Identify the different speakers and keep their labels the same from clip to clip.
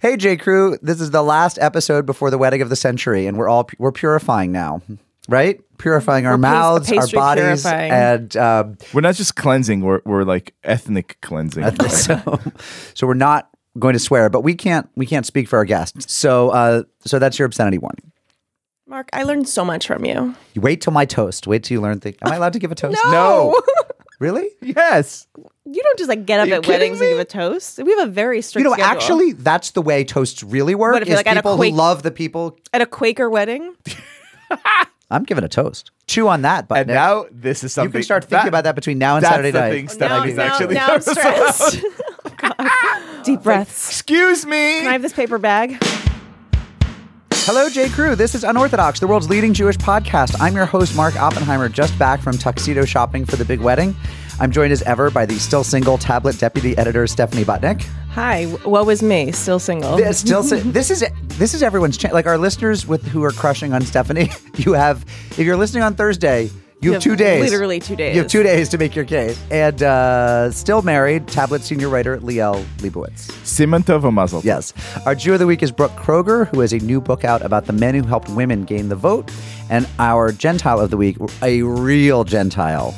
Speaker 1: "Hey, J. Crew, this is the last episode before the wedding of the century, and we're all we're purifying now, right? Purifying our
Speaker 2: pas-
Speaker 1: mouths, our
Speaker 2: pastry
Speaker 1: bodies,
Speaker 2: purifying.
Speaker 1: and um,
Speaker 3: We're not just cleansing, we're, we're like ethnic cleansing.
Speaker 1: so, so we're not going to swear, but we can't we can't speak for our guests. So, uh, so that's your obscenity warning.
Speaker 2: Mark, I learned so much from you.
Speaker 1: You wait till my toast. Wait till you learn things. Am I allowed to give a toast?
Speaker 3: No.
Speaker 1: really?
Speaker 3: yes.
Speaker 2: you don't just like get up
Speaker 3: you
Speaker 2: at weddings
Speaker 3: kidding
Speaker 2: and give a toast. We have a very strict.
Speaker 1: You know,
Speaker 2: schedule.
Speaker 1: actually, that's the way toasts really work.
Speaker 2: What if
Speaker 1: is
Speaker 2: you're like at a
Speaker 1: people
Speaker 2: quake-
Speaker 1: who love the people.
Speaker 2: at a Quaker wedding,
Speaker 1: I'm giving a toast. Chew on that, but
Speaker 3: And now this is something.
Speaker 1: you can start thinking about that between now and
Speaker 3: that's
Speaker 1: Saturday
Speaker 3: the
Speaker 1: night.
Speaker 3: thing
Speaker 2: Oh, now,
Speaker 3: Stephanie
Speaker 1: That'd be
Speaker 2: now,
Speaker 3: actually
Speaker 2: now I'm stressed.
Speaker 1: Oh,
Speaker 2: God. Deep breaths.
Speaker 3: Excuse me.
Speaker 2: Can I have this paper bag?
Speaker 1: Hello, J. Crew. This is Unorthodox, the world's leading Jewish podcast. I'm your host, Mark Oppenheimer, just back from tuxedo shopping for the big wedding. I'm joined as ever by the still single tablet deputy editor, Stephanie Butnick.
Speaker 2: Hi, w- woe is me, still single.
Speaker 1: This, still, si- this is this is everyone's chance. Like our listeners with who are crushing on Stephanie, you have. If you're listening on Thursday, you have
Speaker 2: You
Speaker 1: two
Speaker 2: have
Speaker 1: days.
Speaker 2: literally two days.
Speaker 1: You have two days to make your case. And uh, still married, tablet senior writer Liel Leibowitz.
Speaker 3: Simantova muzzle.
Speaker 1: Yes. Our Jew of the Week is Brooke Kroger, who has a new book out about the men who helped women gain the vote. And our Gentile of the Week, a real Gentile,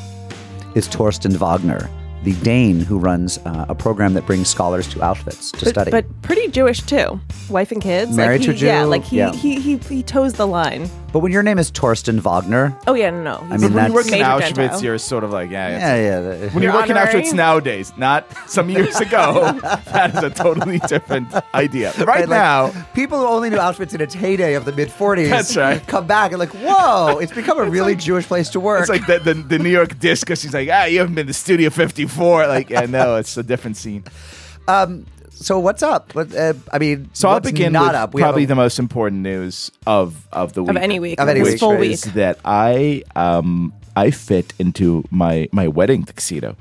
Speaker 1: is Torsten Wagner, the Dane who runs uh, a program that brings scholars to Auschwitz to
Speaker 2: but,
Speaker 1: study.
Speaker 2: but pretty Jewish too. Wife and kids.
Speaker 1: Married
Speaker 2: like
Speaker 1: to
Speaker 2: he,
Speaker 1: a Jew,
Speaker 2: Yeah, like he,
Speaker 1: yeah.
Speaker 2: He, he he toes the line.
Speaker 1: But when your name is Torsten Wagner,
Speaker 2: Oh yeah, no, no. He's
Speaker 1: mean,
Speaker 2: a
Speaker 3: When you work in
Speaker 1: Major
Speaker 3: Auschwitz,
Speaker 2: Gentile.
Speaker 3: you're sort of like, yeah, yeah.
Speaker 1: yeah, yeah. that-
Speaker 3: When you
Speaker 2: You're
Speaker 3: work in
Speaker 2: honorary?
Speaker 3: Auschwitz nowadays, not some years ago, that is a totally different idea. Right,
Speaker 1: right, like,
Speaker 3: now,
Speaker 1: people who only knew Auschwitz in its heyday of the mid 40s
Speaker 3: That's right.
Speaker 1: come back and like, whoa, it's become a really Jewish place to work.
Speaker 3: it's like the, the, the New York discus. He's like, ah, you haven't been to Studio 54. Like, yeah, no, it's a different scene.
Speaker 1: so what's up? What, uh, I mean,
Speaker 3: So
Speaker 1: what's
Speaker 3: I'll begin
Speaker 1: not
Speaker 3: with
Speaker 1: up. have
Speaker 3: probably
Speaker 1: a-
Speaker 3: the most important news of of the week
Speaker 2: of any week,
Speaker 1: Of any
Speaker 2: this
Speaker 1: week,
Speaker 2: full
Speaker 1: right.
Speaker 2: week.
Speaker 3: is that I um I fit into my my wedding tuxedo,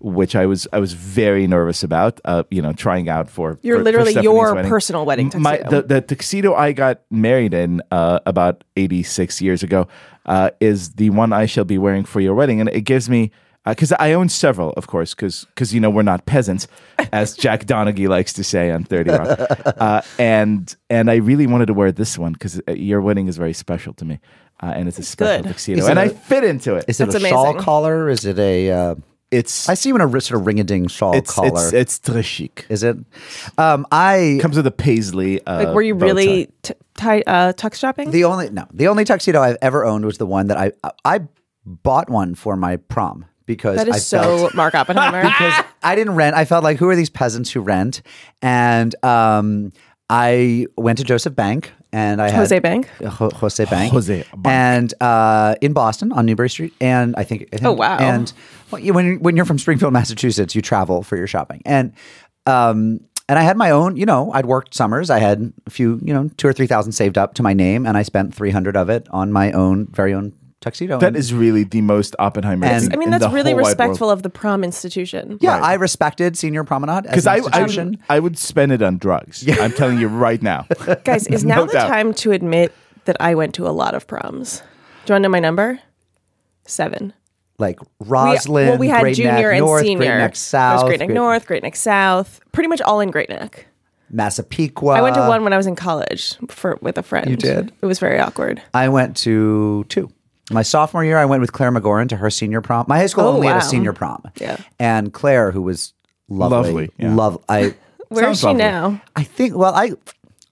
Speaker 3: which I was I was very nervous about. Uh, you know, trying out for
Speaker 2: You're
Speaker 3: for- for
Speaker 2: literally
Speaker 3: Stephanie's
Speaker 2: your
Speaker 3: wedding.
Speaker 2: personal wedding
Speaker 3: My-
Speaker 2: tuxedo.
Speaker 3: the, the tuxedo I got married in uh, about 86 years ago uh, is the one I shall be wearing for your wedding, and it gives me. Because I own several, of course, because you know we're not peasants, as Jack Donaghy likes to say on Thirty Rock, uh, and and I really wanted to wear this one because your wedding is very special to me, uh, and it's a special
Speaker 2: good.
Speaker 3: tuxedo,
Speaker 1: Is it
Speaker 3: and
Speaker 1: a-
Speaker 3: I fit into it.
Speaker 1: Is it
Speaker 2: That's
Speaker 1: a shawl
Speaker 2: amazing.
Speaker 1: collar? Is it a? Uh,
Speaker 3: It's
Speaker 1: I see when a ri- sort of ring a ding shawl
Speaker 3: it's,
Speaker 1: collar.
Speaker 3: it's it's très chic. It
Speaker 1: is it? Um, I
Speaker 3: comes with a paisley. Uh,
Speaker 2: Like, were you
Speaker 3: bow tie.
Speaker 2: really t- tie, uh, tuck shopping?
Speaker 1: the only no the only tuxedo I've ever owned was the one that I I, I bought one for my prom because
Speaker 2: that is
Speaker 1: I felt,
Speaker 2: so Mark Oppenheimer.
Speaker 1: because I didn't rent. I felt like who are these peasants who rent? And um, I went to Joseph Bank and I had-
Speaker 2: Jose Bank?
Speaker 1: Jo- Jose Bank.
Speaker 3: Jose Bank.
Speaker 1: And uh, in Boston on Newbury Street. And I think. I think-
Speaker 2: Oh, wow.
Speaker 1: And well, you- when, when you're from Springfield, Massachusetts, you travel for your shopping. And, um, and I had my own, you know, I'd worked summers. I had a few, you know, two or 3,000 saved up to my name. And I spent 300 of it on my own, very own tuxedo.
Speaker 3: That
Speaker 1: And-
Speaker 3: is really the most Oppenheimer.
Speaker 1: And-
Speaker 3: thing
Speaker 2: I mean,
Speaker 3: in
Speaker 2: that's
Speaker 3: the
Speaker 2: really
Speaker 3: whole wide world.
Speaker 2: respectful of the prom institution.
Speaker 1: Yeah, I respected Senior Promenade as
Speaker 3: Because
Speaker 1: an
Speaker 3: I,
Speaker 1: institution.
Speaker 3: I, I would spend it on drugs. I'm telling you right now.
Speaker 2: Guys, is
Speaker 3: No
Speaker 2: now the
Speaker 3: doubt.
Speaker 2: time to admit that I went to a lot of proms? Do you want to know my number? Seven.
Speaker 1: like Roslyn,
Speaker 2: well, we had
Speaker 1: Great
Speaker 2: junior
Speaker 1: Neck
Speaker 2: and
Speaker 1: North,
Speaker 2: senior.
Speaker 1: Great Neck
Speaker 2: There
Speaker 1: South,
Speaker 2: was Great Neck North, Great Neck South, pretty much all in Great Neck.
Speaker 1: Massapequa.
Speaker 2: I went to one when I was in college for with a friend. You
Speaker 1: Uh, did?
Speaker 2: It was very awkward.
Speaker 1: I went to two. My sophomore year, I went with Claire McGoran to her senior prom. My high school
Speaker 2: Oh,
Speaker 1: only had a
Speaker 2: wow.
Speaker 1: senior prom.
Speaker 2: Yeah.
Speaker 1: And Claire, who was lovely,
Speaker 3: Lovely, yeah.
Speaker 1: love. I,
Speaker 2: Where is she
Speaker 3: lovely.
Speaker 2: now?
Speaker 1: I think. Well, I,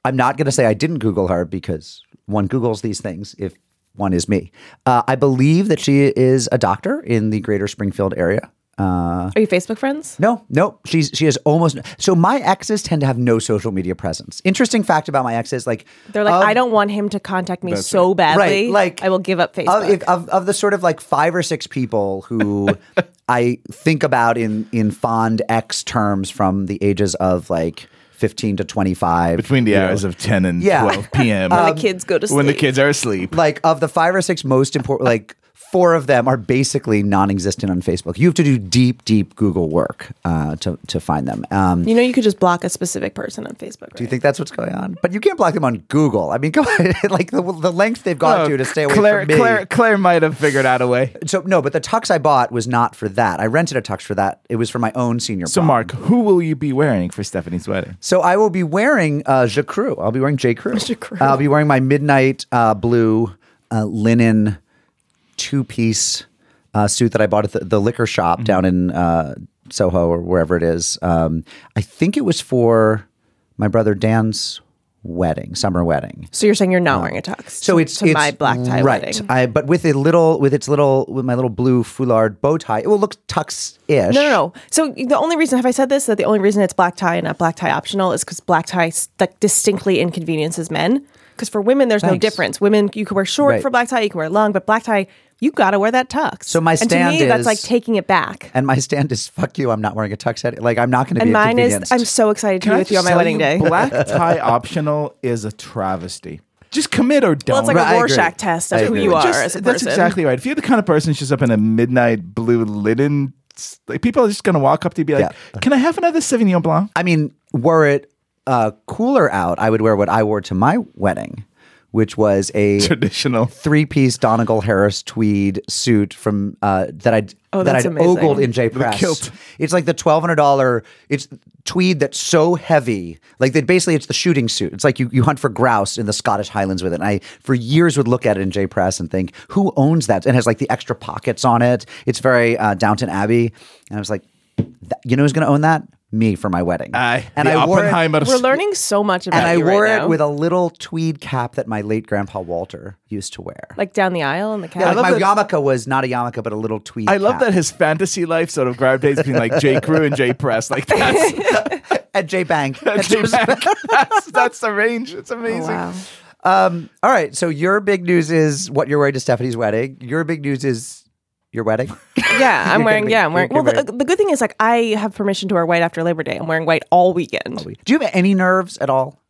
Speaker 1: I'm not going to say I didn't Google her because one Googles these things if one is me. Uh, I believe that she is a doctor in the Greater Springfield area. Uh,
Speaker 2: Are you Facebook friends?
Speaker 1: no, no, she's she is almost so. My exes tend to have no social media presence. Interesting fact about my exes, like
Speaker 2: They're like,
Speaker 1: of-
Speaker 2: I don't want him to contact me so badly.
Speaker 1: Um, Right, like
Speaker 2: I will give up Facebook.
Speaker 1: Of, if- of, of the sort of like five or six people who I think about in in fond X terms from the ages of like fifteen to twenty five,
Speaker 3: Between the hours of 10 and
Speaker 1: Yeah.
Speaker 3: 12 p.m.
Speaker 1: um,
Speaker 2: Um, when the kids go to sleep.
Speaker 3: when the kids are asleep.
Speaker 1: like of the five or six most important, like four of them are basically non-existent on Facebook. You have to do deep, deep Google work uh, to to find them. Um,
Speaker 2: You know, you could just block a specific person on Facebook.
Speaker 1: do you think that's what's going on? But you can't block them on Google. I mean, go ahead. like the, the length they've gone to to stay away
Speaker 3: Oh, Uh, Claire,
Speaker 1: from me.
Speaker 3: Claire, Claire might have figured out a way.
Speaker 1: So no, but the tux I bought was not for that. I rented a tux for that. It was for my own senior.
Speaker 3: So,
Speaker 1: prom.
Speaker 3: Mark, who will you be wearing for Stephanie's wedding?
Speaker 1: So I will be wearing uh, Je Crew. I'll be wearing J Crew.
Speaker 2: Je Crew.
Speaker 1: I'll be wearing my midnight uh, blue uh, linen two piece uh, suit that I bought at the, the liquor
Speaker 2: Mm-hmm.
Speaker 1: shop down in uh, Soho or wherever it is. Um, I think it was for my brother Dan's wedding, summer wedding.
Speaker 2: So you're saying you're not wearing a tux.
Speaker 1: So
Speaker 2: to-
Speaker 1: it's
Speaker 2: to
Speaker 1: it's-
Speaker 2: my black tie
Speaker 1: right.
Speaker 2: wedding.
Speaker 1: I, but with a little, with its little, with my little blue foulard bow tie, it will look tux ish.
Speaker 2: No, no, no. So the only reason have I said this that the only reason it's black tie and not black tie optional is because black tie s- like distinctly inconveniences men. Because for women, there's no
Speaker 1: Thanks.
Speaker 2: difference. Women, you can wear short
Speaker 1: Right.
Speaker 2: for black tie, you can wear long, but black tie, you gotta wear that tux. So
Speaker 1: my
Speaker 2: and to
Speaker 1: stand
Speaker 2: me, that's
Speaker 1: is-
Speaker 2: like taking it back.
Speaker 1: And my stand is fuck you. I'm not wearing a tux head. Like I'm not going to be
Speaker 2: And mine is,
Speaker 1: inconvenienced.
Speaker 2: I'm so excited to
Speaker 3: Can
Speaker 2: be
Speaker 3: I
Speaker 2: with you on
Speaker 3: just
Speaker 2: my
Speaker 3: tell
Speaker 2: wedding day.
Speaker 3: Black tie optional is a travesty. Just commit or don't.
Speaker 2: well, it's like
Speaker 1: Right, I
Speaker 2: a
Speaker 1: agree.
Speaker 2: Rorschach test of
Speaker 1: I
Speaker 2: who
Speaker 1: agree.
Speaker 2: you are
Speaker 3: Just-
Speaker 2: as a person.
Speaker 3: That's exactly right. If you're the kind of person who shows up in a midnight blue linen, s- like people are just going to walk up to you and be like, "Can I have another Sauvignon Blanc?"
Speaker 1: I mean, were it uh, cooler out, I would wear what I wore to my wedding, which was a
Speaker 3: Traditional.
Speaker 1: three-piece Donegal Harris tweed suit from uh, that I'd
Speaker 2: Oh,
Speaker 1: that I'd
Speaker 2: that's amazing.
Speaker 1: ogled in J Press.
Speaker 3: kilt.
Speaker 1: It's like the twelve hundred dollar. It's tweed that's so heavy, like that. Basically, it's the shooting suit. It's like you, you hunt for grouse in the Scottish Highlands with it. And I for years would look at it in J Press and think, who owns that? And it has like the extra pockets on it. It's very uh, Downton Abbey. And I was like, "That- you know who's going to own that? Me for my wedding.
Speaker 3: Aye.
Speaker 1: and
Speaker 3: the
Speaker 1: I wore it-
Speaker 3: Oppenheimer.
Speaker 2: We're learning so much about
Speaker 1: and I
Speaker 2: you
Speaker 1: wore
Speaker 2: right
Speaker 1: it
Speaker 2: now.
Speaker 1: with a little tweed cap that my late grandpa Walter used to wear.
Speaker 2: like down the aisle in the
Speaker 1: Yeah,
Speaker 2: cab.
Speaker 1: like my
Speaker 3: love
Speaker 1: yarmulke was not a yarmulke, but a little tweed.
Speaker 3: I love
Speaker 1: cap.
Speaker 3: that his fantasy life sort of gravitates between like J. Crew and J. Press. Like that's
Speaker 1: at J Bank.
Speaker 3: that's, that's, that's the range. It's amazing.
Speaker 2: Oh, wow.
Speaker 1: All right, so your big news is what you're wearing to Stephanie's wedding. Your big news is your wedding.
Speaker 2: Yeah, I'm wearing.
Speaker 1: be-
Speaker 2: Yeah, I'm wearing.
Speaker 1: you're
Speaker 2: Well,
Speaker 1: gonna
Speaker 2: the, the good thing is, like, I have permission to wear white after Labor Day. I'm wearing white all weekend.
Speaker 1: Do you have any nerves at all?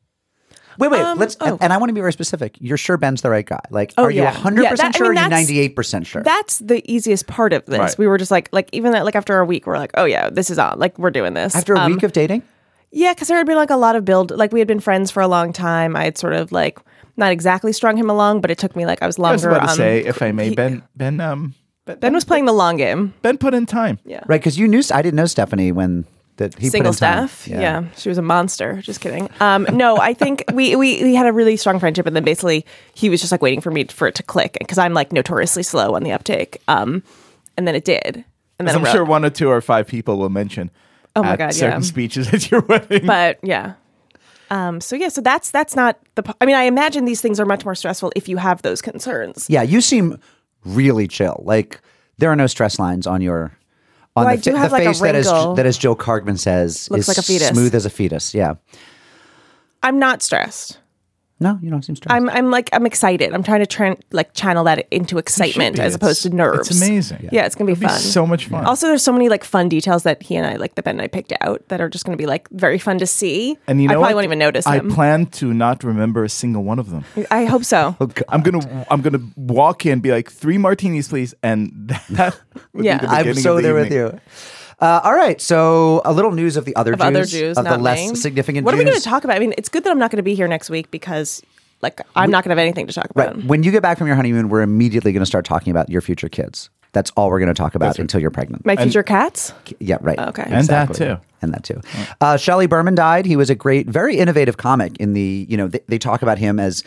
Speaker 1: Wait, wait.
Speaker 2: Um,
Speaker 1: let's and-
Speaker 2: oh.
Speaker 1: and I want to be very specific. You're sure Ben's the right guy. Like, are you
Speaker 2: yeah.
Speaker 1: 100
Speaker 2: Yeah,
Speaker 1: percent
Speaker 2: that- I
Speaker 1: sure?
Speaker 2: mean,
Speaker 1: or are you
Speaker 2: that's-
Speaker 1: 98 percent sure?
Speaker 2: That's the easiest part of this.
Speaker 3: Right.
Speaker 2: We were just like, like even that, like after a week, we're like, oh yeah, this is on. Like we're doing this
Speaker 1: After a
Speaker 2: Um,
Speaker 1: week of dating,
Speaker 2: Yeah, because there had been like a lot of build. Like we had been friends for a long time. I had sort of like not exactly strung him along, but it took me like I was
Speaker 3: I was
Speaker 2: longer.
Speaker 3: about to
Speaker 2: um,
Speaker 3: say, if I may, Ben, Ben, um, Ben,
Speaker 2: Ben was playing the long game.
Speaker 3: Ben put in time.
Speaker 2: Yeah.
Speaker 1: right? Because you knew I didn't know Stephanie when that he put
Speaker 2: single
Speaker 1: in time.
Speaker 2: staff. Yeah. she was a monster. Just kidding. Um, no, I think we, we we had a really strong friendship, and then basically he was just like waiting for me for it to click because I'm like notoriously slow on the uptake. Um, and then it did, and then
Speaker 3: I'm
Speaker 2: I
Speaker 3: sure one or two or five people will mention.
Speaker 2: Oh my
Speaker 3: at
Speaker 2: God,
Speaker 3: Certain
Speaker 2: yeah.
Speaker 3: speeches at your wedding.
Speaker 2: but yeah. Um, so yeah, so that's that's not the. p- I mean, I imagine these things are much more stressful if you have those concerns.
Speaker 1: Yeah, you seem really chill. Like there are no stress lines on your on
Speaker 2: Well, I
Speaker 1: the, fa-
Speaker 2: do have,
Speaker 1: the
Speaker 2: like, a
Speaker 1: face that is
Speaker 2: wrinkle.
Speaker 1: that as Joe Cargman says
Speaker 2: Looks
Speaker 1: is
Speaker 2: like a fetus.
Speaker 1: smooth as a fetus. Yeah.
Speaker 2: I'm not stressed.
Speaker 1: No, you don't seem stressed.
Speaker 2: I'm I'm like I'm excited. I'm trying to tra- like channel that into excitement
Speaker 3: be.
Speaker 2: as opposed to
Speaker 3: It's-
Speaker 2: nerves.
Speaker 3: it's amazing.
Speaker 2: Yeah, it's gonna be
Speaker 3: It'd be
Speaker 2: fun.
Speaker 3: so much fun.
Speaker 2: Also, there's so many like fun details that he and I, like that Ben and I picked out, that are just going to be like very fun to see.
Speaker 3: and you know
Speaker 2: I probably
Speaker 3: what?
Speaker 2: won't even notice
Speaker 3: I
Speaker 2: him.
Speaker 3: plan to not remember a single one of them.
Speaker 2: I hope so.
Speaker 3: I'm gonna I'm gonna walk in, be like three martinis, please, and that would
Speaker 2: Yeah.
Speaker 3: be the
Speaker 2: I'm
Speaker 1: I'm
Speaker 3: beginning
Speaker 1: so
Speaker 3: of the
Speaker 1: there
Speaker 3: evening.
Speaker 1: with you. Uh, all right, so a little news of the other
Speaker 2: Of
Speaker 1: Jews,
Speaker 2: other Jews,
Speaker 1: of
Speaker 2: not
Speaker 1: the less
Speaker 2: me.
Speaker 1: significant.
Speaker 2: What are we
Speaker 1: Jews.
Speaker 2: going to talk about? I mean, it's good that I'm not going to be here next week because, like, I'm not going to have anything to talk about.
Speaker 1: Right. When you get back from your honeymoon, we're immediately going to start talking about your future kids. That's all we're going to talk about until you're pregnant.
Speaker 2: My future cats.
Speaker 1: Yeah, right.
Speaker 2: Okay.
Speaker 3: And that too.
Speaker 1: And that too. Uh, Shelley Berman died. He was a great, very innovative comic in the, you know, they, they talk about him as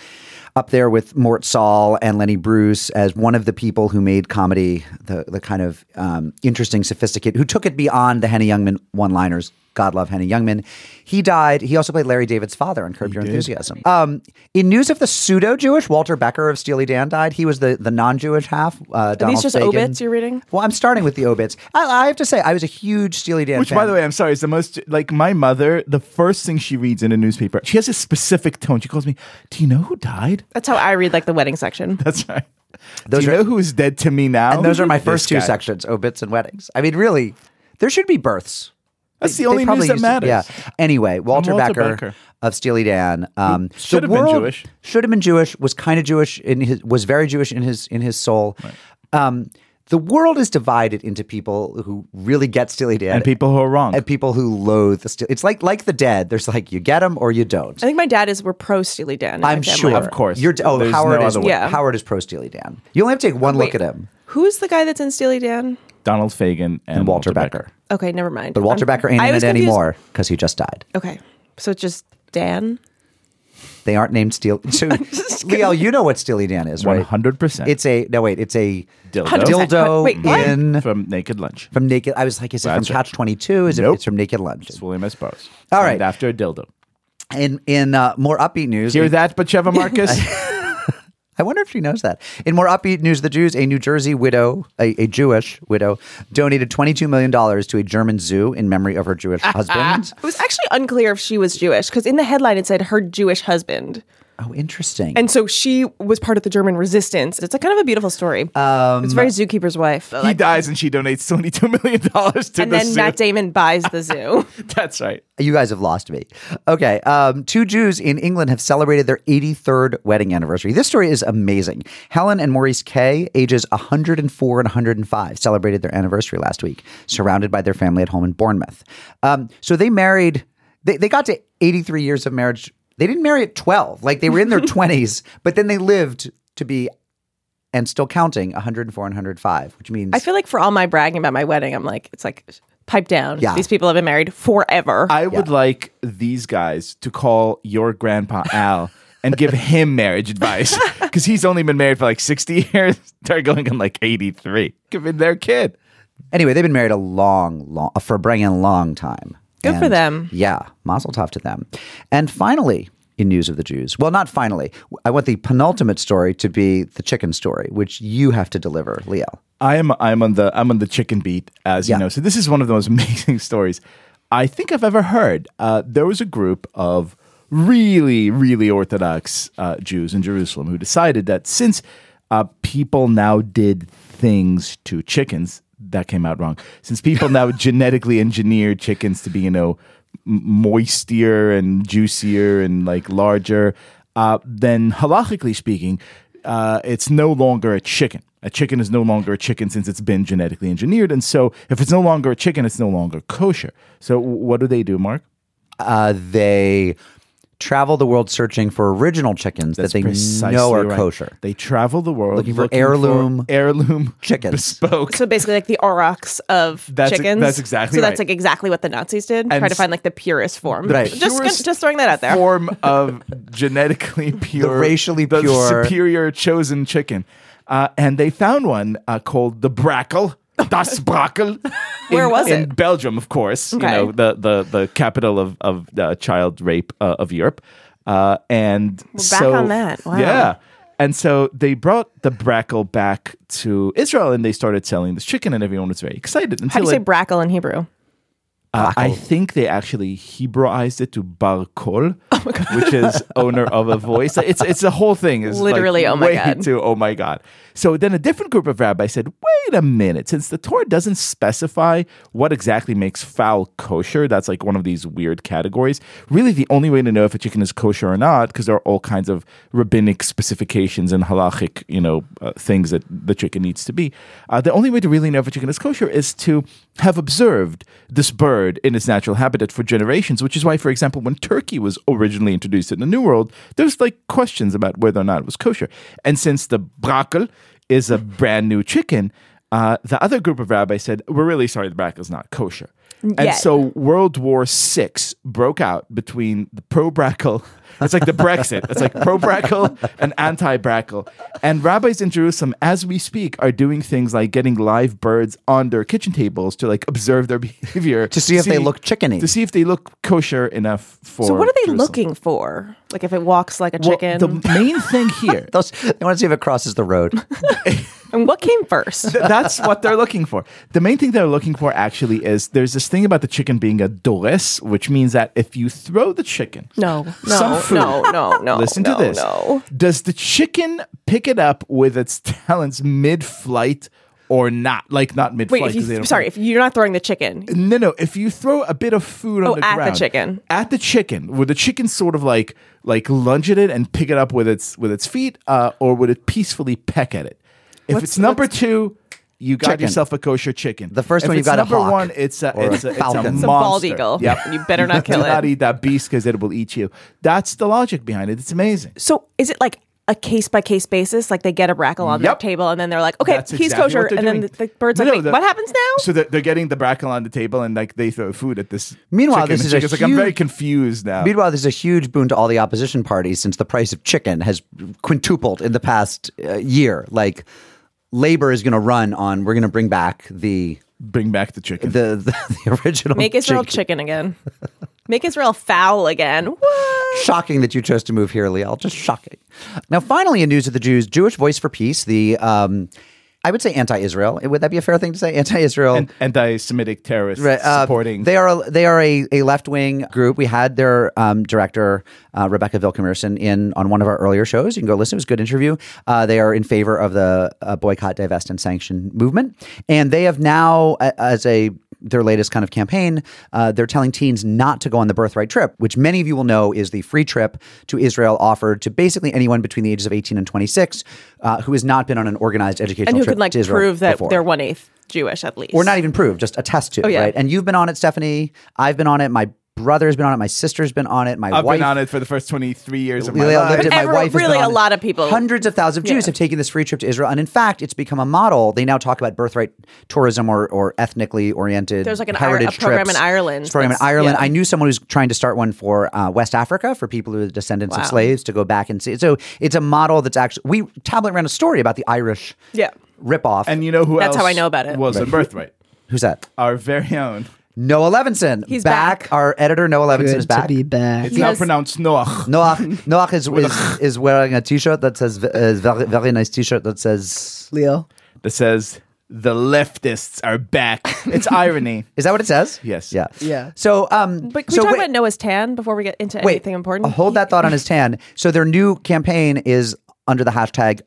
Speaker 1: up there with Mort Saul and Lenny Bruce as one of the people who made comedy the, the kind of um, interesting, sophisticated, who took it beyond the Henny Youngman one liners. God love Henny Youngman. He died. He also played Larry David's father on Curb Your Enthusiasm. Um, in news of the pseudo Jewish, Walter Becker of Steely Dan died. He was the, the non Jewish half. Uh, Donald
Speaker 2: just
Speaker 1: Fagen.
Speaker 2: obits you're reading?
Speaker 1: Well, I'm starting with the obits. I, I have to say, I was a huge Steely Dan
Speaker 3: Which,
Speaker 1: fan.
Speaker 3: by the way, I'm sorry, is the most like my mother. The first thing she reads in a newspaper, she has a specific tone. She calls me, "Do you know who died?"
Speaker 2: That's how I read like the wedding section.
Speaker 3: That's right.
Speaker 1: Those
Speaker 3: Do you
Speaker 1: are-
Speaker 3: know who is dead to me now?
Speaker 1: And those are my
Speaker 3: This
Speaker 1: first two
Speaker 3: guy.
Speaker 1: sections, obits and weddings. I mean, really, there should be births.
Speaker 3: That's
Speaker 1: They-
Speaker 3: the only
Speaker 1: they probably
Speaker 3: news that
Speaker 1: used to-
Speaker 3: matters.
Speaker 1: yeah. Anyway, Walter,
Speaker 3: Walter
Speaker 1: Becker,
Speaker 3: Becker.
Speaker 1: of Steely Dan. Um, the
Speaker 3: should have been
Speaker 1: world
Speaker 3: Jewish.
Speaker 1: Should have been Jewish. Was kind of Jewish in his. Was very Jewish in his in his soul. Um, the world is divided into people who really get Steely Dan
Speaker 3: and people who are wrong.
Speaker 1: and people who loathe the Steely. It's like like the dead. There's like you get them or you don't.
Speaker 2: I think my dad is we're pro Steely Dan. in my
Speaker 1: I'm
Speaker 2: family.
Speaker 1: sure,
Speaker 3: Of course.
Speaker 1: You're, oh,
Speaker 3: There's
Speaker 1: Howard
Speaker 3: no
Speaker 1: is
Speaker 3: other way.
Speaker 2: Yeah.
Speaker 1: Howard is pro Steely Dan. You only have to take one look
Speaker 2: Wait.
Speaker 1: at him.
Speaker 2: Who's the guy that's in Steely Dan?
Speaker 3: Donald Fagan and,
Speaker 1: And Walter Becker.
Speaker 2: Okay, never mind.
Speaker 1: But Walter
Speaker 2: I'm-
Speaker 1: Becker ain't
Speaker 2: I
Speaker 1: in
Speaker 2: was
Speaker 1: it
Speaker 2: confused.
Speaker 1: anymore because he just died.
Speaker 2: Okay, so it's just Dan.
Speaker 1: They aren't named Steely. So, Leo, you know what Steely Dan is, right?
Speaker 3: One hundred percent.
Speaker 1: It's a no. Wait, it's a
Speaker 3: Dildo.
Speaker 1: dildo
Speaker 2: Wait, what?
Speaker 1: in
Speaker 3: from Naked Lunch.
Speaker 1: from Naked. I was like, is it
Speaker 3: That's
Speaker 1: from
Speaker 3: right.
Speaker 1: Catch Twenty Two? Is
Speaker 3: Nope.
Speaker 1: it? It's from Naked Lunch.
Speaker 3: It's William S. Burroughs.
Speaker 1: All right.
Speaker 3: Named after a dildo.
Speaker 1: In in uh, more upbeat news,
Speaker 3: Hear that, Bacheva Marcus?
Speaker 1: I wonder if she knows that. In more upbeat news, the Jews, a New Jersey widow, a, a Jewish widow, donated $22 million to a German zoo in memory of her Jewish husband.
Speaker 2: It was actually unclear if she was Jewish because in the headline it said her Jewish husband,
Speaker 1: Oh, interesting.
Speaker 2: and so she was part of the German resistance. It's a kind of a beautiful story. Um, it's very zookeeper's wife.
Speaker 3: he
Speaker 2: Like-
Speaker 3: dies and she donates twenty-two million dollars to
Speaker 2: and
Speaker 3: the
Speaker 2: then
Speaker 3: zoo.
Speaker 2: Matt Damon buys the zoo.
Speaker 3: That's right.
Speaker 1: you guys have lost me. Okay. Um, two Jews in England have celebrated their 83rd wedding anniversary. This story is amazing. Helen and Maurice Kay, ages 104 and 105, celebrated their anniversary last week, surrounded by their family at home in Bournemouth. Um, so they married, they, they got to 83 years of marriage. They didn't marry at 12, like they were in their 20s, but then they lived to be and still counting 104 and 105, which means
Speaker 2: I feel like for all my bragging about my wedding, I'm like, it's like, pipe down.
Speaker 1: Yeah.
Speaker 2: These people have been married forever.
Speaker 3: I would like these guys to call your grandpa Al and give him marriage advice because he's only been married for like 60 years. They're going on like 83. Could be their kid.
Speaker 1: Anyway, they've been married a long, long for bringing a long time.
Speaker 2: Good for them.
Speaker 1: Yeah, Mazel Tov to them. And finally, in news of the Jews, well, not finally. I want the penultimate story to be the chicken story, which you have to deliver, Leo.
Speaker 3: I am I'm on the I'm on the chicken beat as
Speaker 1: Yeah.
Speaker 3: you know. So this is one of the most amazing stories I think I've ever heard. Uh, there was a group of really really orthodox uh, Jews in Jerusalem who decided that since uh, people now did things to chickens that came out wrong. Since people now genetically engineered chickens to be you know m- moistier and juicier and like larger, uh, then halachically speaking, uh, it's no longer a chicken. A chicken is no longer a chicken since it's been genetically engineered. And so if it's no longer a chicken, it's no longer kosher. So w- what do they do, Mark?
Speaker 1: Uh, they travel the world searching for original chickens that they
Speaker 3: precisely
Speaker 1: know are
Speaker 3: right.
Speaker 1: kosher.
Speaker 3: They travel the world
Speaker 1: Looking for heirloom
Speaker 3: heirloom
Speaker 1: chickens.
Speaker 3: bespoke.
Speaker 2: so basically, like the aurochs of
Speaker 3: That's- e-
Speaker 2: chickens.
Speaker 3: that's exactly
Speaker 2: So
Speaker 3: right.
Speaker 2: that's like exactly what the Nazis did. Try to
Speaker 3: s-
Speaker 2: find like the purest form.
Speaker 1: Right.
Speaker 2: Just
Speaker 3: Purest
Speaker 2: just throwing that out there.
Speaker 3: Form of genetically pure,
Speaker 1: racially
Speaker 3: the
Speaker 1: pure-
Speaker 3: superior chosen chicken, uh, and they found one uh, called the Brackel. Das Brackel.
Speaker 2: Where
Speaker 3: in,
Speaker 2: was
Speaker 3: in
Speaker 2: it?
Speaker 3: Belgium, of course.
Speaker 2: Okay.
Speaker 3: You know the the the capital of of uh, child rape uh, of Europe, uh, and
Speaker 2: We're back
Speaker 3: so-
Speaker 2: on that. Wow.
Speaker 3: Yeah. And so they brought the Brackel back to Israel, and they started selling this chicken, and everyone was very excited. Until
Speaker 2: How do you
Speaker 3: it-
Speaker 2: say brackle in Hebrew?
Speaker 3: uh, I think they actually Hebraized it to Bar Kol,
Speaker 2: Oh
Speaker 3: which is owner of a voice. It's it's a whole thing. It's like
Speaker 2: Literally, oh my
Speaker 3: way
Speaker 2: God.
Speaker 3: Too, oh my god. So then a different group of rabbis said, wait a minute, since the Torah doesn't specify what exactly makes fowl kosher, that's like one of these weird categories. Really, the only way to know if a chicken is kosher or not, because there are all kinds of rabbinic specifications and halachic, you know, uh, things that the chicken needs to be. Uh, the only way to really know if a chicken is kosher is to have observed this bird in its natural habitat for generations, which is why, for example, when turkey was originally introduced in the New World, there's like questions about whether or not it was kosher. And since the brackel is a brand new chicken, uh, the other group of rabbis said, We're really sorry the brackel is not kosher. And
Speaker 2: Yet.
Speaker 3: so World War VI broke out between the pro brackel. It's like the Brexit. It's like pro brackel and anti brackel. And rabbis in Jerusalem, as we speak, are doing things like getting live birds on their kitchen tables to like observe their behavior
Speaker 1: To see if they look chickeny.
Speaker 3: to see if they look kosher enough for.
Speaker 2: So what are they
Speaker 3: Jerusalem.
Speaker 2: looking for? Like if it walks like a
Speaker 3: Well,
Speaker 2: chicken,
Speaker 3: the main thing here
Speaker 1: Those, they want to see if it crosses the road.
Speaker 2: and what came first?
Speaker 3: Th- that's what they're looking for. The main thing they're looking for actually is there's this thing about the chicken being a dores, which means that if you throw the chicken,
Speaker 2: No, no,
Speaker 3: some food,
Speaker 2: no, no, no,
Speaker 3: Listen
Speaker 2: no,
Speaker 3: to this.
Speaker 2: no.
Speaker 3: Does the chicken pick it up with its talons mid-flight or not? Like not mid-flight.
Speaker 2: Wait, if
Speaker 3: 'cause they
Speaker 2: you
Speaker 3: don't-
Speaker 2: sorry, if you're not throwing the chicken,
Speaker 3: No, no. If you throw a bit of food
Speaker 2: Oh,
Speaker 3: on the
Speaker 2: at the
Speaker 3: ground,
Speaker 2: chicken.
Speaker 3: at the chicken, would the chicken sort of like like lunge at it and pick it up with its with its feet, uh, or would it peacefully peck at it? If
Speaker 2: What's-
Speaker 3: it's number two, you got
Speaker 1: Chicken.
Speaker 3: yourself a kosher chicken.
Speaker 1: The first
Speaker 3: If
Speaker 1: one, you
Speaker 3: it's
Speaker 1: got a
Speaker 3: number
Speaker 1: hawk
Speaker 3: one. It's a
Speaker 1: or a
Speaker 3: it's a, it's a
Speaker 1: falcon. It's
Speaker 2: a
Speaker 3: monster.
Speaker 2: bald eagle.
Speaker 3: Yep.
Speaker 2: You better not
Speaker 3: Do
Speaker 2: kill
Speaker 3: not
Speaker 2: it.
Speaker 3: eat that beast because it will eat you. That's the logic behind it. It's amazing.
Speaker 2: So is it like a case by case basis? Like they get a brackle on
Speaker 3: Yep.
Speaker 2: their table and then they're like, okay,
Speaker 3: That's
Speaker 2: he's
Speaker 3: exactly
Speaker 2: kosher.
Speaker 3: what they're
Speaker 2: And then the,
Speaker 3: doing.
Speaker 2: the bird's
Speaker 3: No,
Speaker 2: like,
Speaker 3: no,
Speaker 2: wait,
Speaker 3: the-
Speaker 2: what happens now?
Speaker 3: So they're, they're getting the brackle on the table and like they throw food at this.
Speaker 1: Meanwhile,
Speaker 3: chicken.
Speaker 1: this
Speaker 3: The
Speaker 1: is a
Speaker 3: chicken's like I'm
Speaker 1: huge-
Speaker 3: very confused now.
Speaker 1: Meanwhile, there's a huge boon to all the opposition parties since the price of chicken has quintupled in the past uh, year. Like, labor is going to run on. We're going to bring back the
Speaker 3: Bring back the chicken.
Speaker 1: the the, the original.
Speaker 2: Make Israel
Speaker 1: chicken.
Speaker 2: chicken again. Make Israel foul again. What?
Speaker 1: Shocking that you chose to move here, Liel. Just shocking. Now, finally, in news of the Jews, Jewish Voice for Peace, the um, I would say anti-Israel. Would that be a fair thing to say? Anti-Israel.
Speaker 3: An- Anti-Semitic terrorists
Speaker 1: Right, uh,
Speaker 3: supporting.
Speaker 1: They are they are a, a left wing group. We had their um, director uh, Rebecca Vilkemerson in on one of our earlier shows. You can go listen. It was a good interview. Uh, they are in favor of the uh, boycott, divest, and sanction movement, and they have now a- as a their latest kind of campaign, uh, they're telling teens not to go on the birthright trip, which many of you will know is the free trip to Israel offered to basically anyone between the ages of 18 and 26 uh, who has not been on an organized educational
Speaker 2: And who
Speaker 1: trip
Speaker 2: can like
Speaker 1: to Israel
Speaker 2: prove that
Speaker 1: before
Speaker 2: they're one eighth Jewish at least?
Speaker 1: or not even prove, just attest to,
Speaker 2: Oh, yeah.
Speaker 1: right? And you've been on it, Stephanie. I've been on it. My brother's been on it. My sister's been on it. My
Speaker 3: I've
Speaker 1: wife.
Speaker 3: been on it for the first 23 years of my
Speaker 1: Leila
Speaker 3: life.
Speaker 1: lived it. My
Speaker 2: Everyone-
Speaker 1: wife has been
Speaker 2: really
Speaker 1: on
Speaker 2: a
Speaker 1: it.
Speaker 2: lot of people.
Speaker 1: Hundreds of thousands of Jews
Speaker 2: Yeah.
Speaker 1: have taken this free trip to Israel, and in fact, it's become a model. They now talk about birthright tourism or, or ethnically oriented.
Speaker 2: There's like an Ir-
Speaker 1: heritage
Speaker 2: a program
Speaker 1: trips.
Speaker 2: in Ireland
Speaker 1: There's a program in
Speaker 2: that's-
Speaker 1: Ireland.
Speaker 2: yeah.
Speaker 1: I knew someone who's trying to start one for uh, West Africa for people who are the descendants of
Speaker 2: Wow.
Speaker 1: slaves to go back and see. So it's a model that's actually we tablet ran a story about the Irish
Speaker 2: Yeah.
Speaker 1: ripoff.
Speaker 3: And you know who
Speaker 2: That's
Speaker 3: else
Speaker 2: how I know about it.
Speaker 3: was a birthright?
Speaker 1: who's that?
Speaker 3: Our very own.
Speaker 1: Noah Levinson.
Speaker 2: He's back.
Speaker 1: Our editor Noah Levinson is
Speaker 4: Good
Speaker 1: back.
Speaker 4: to be back.
Speaker 3: It's now
Speaker 2: Yes.
Speaker 3: pronounced Noach.
Speaker 1: Noah Noach is, is, is wearing a t-shirt that says uh, very, very nice t-shirt that says
Speaker 4: Leo.
Speaker 3: that says the leftists are back. It's irony.
Speaker 1: is that what it says?
Speaker 3: Yes.
Speaker 1: Yeah.
Speaker 4: Yeah.
Speaker 1: So um
Speaker 2: But can
Speaker 1: so
Speaker 2: we talk
Speaker 1: wait-
Speaker 2: about Noah's tan before we get into
Speaker 1: wait,
Speaker 2: anything important?
Speaker 1: Hold that thought on his tan. So their new campaign is under the hashtag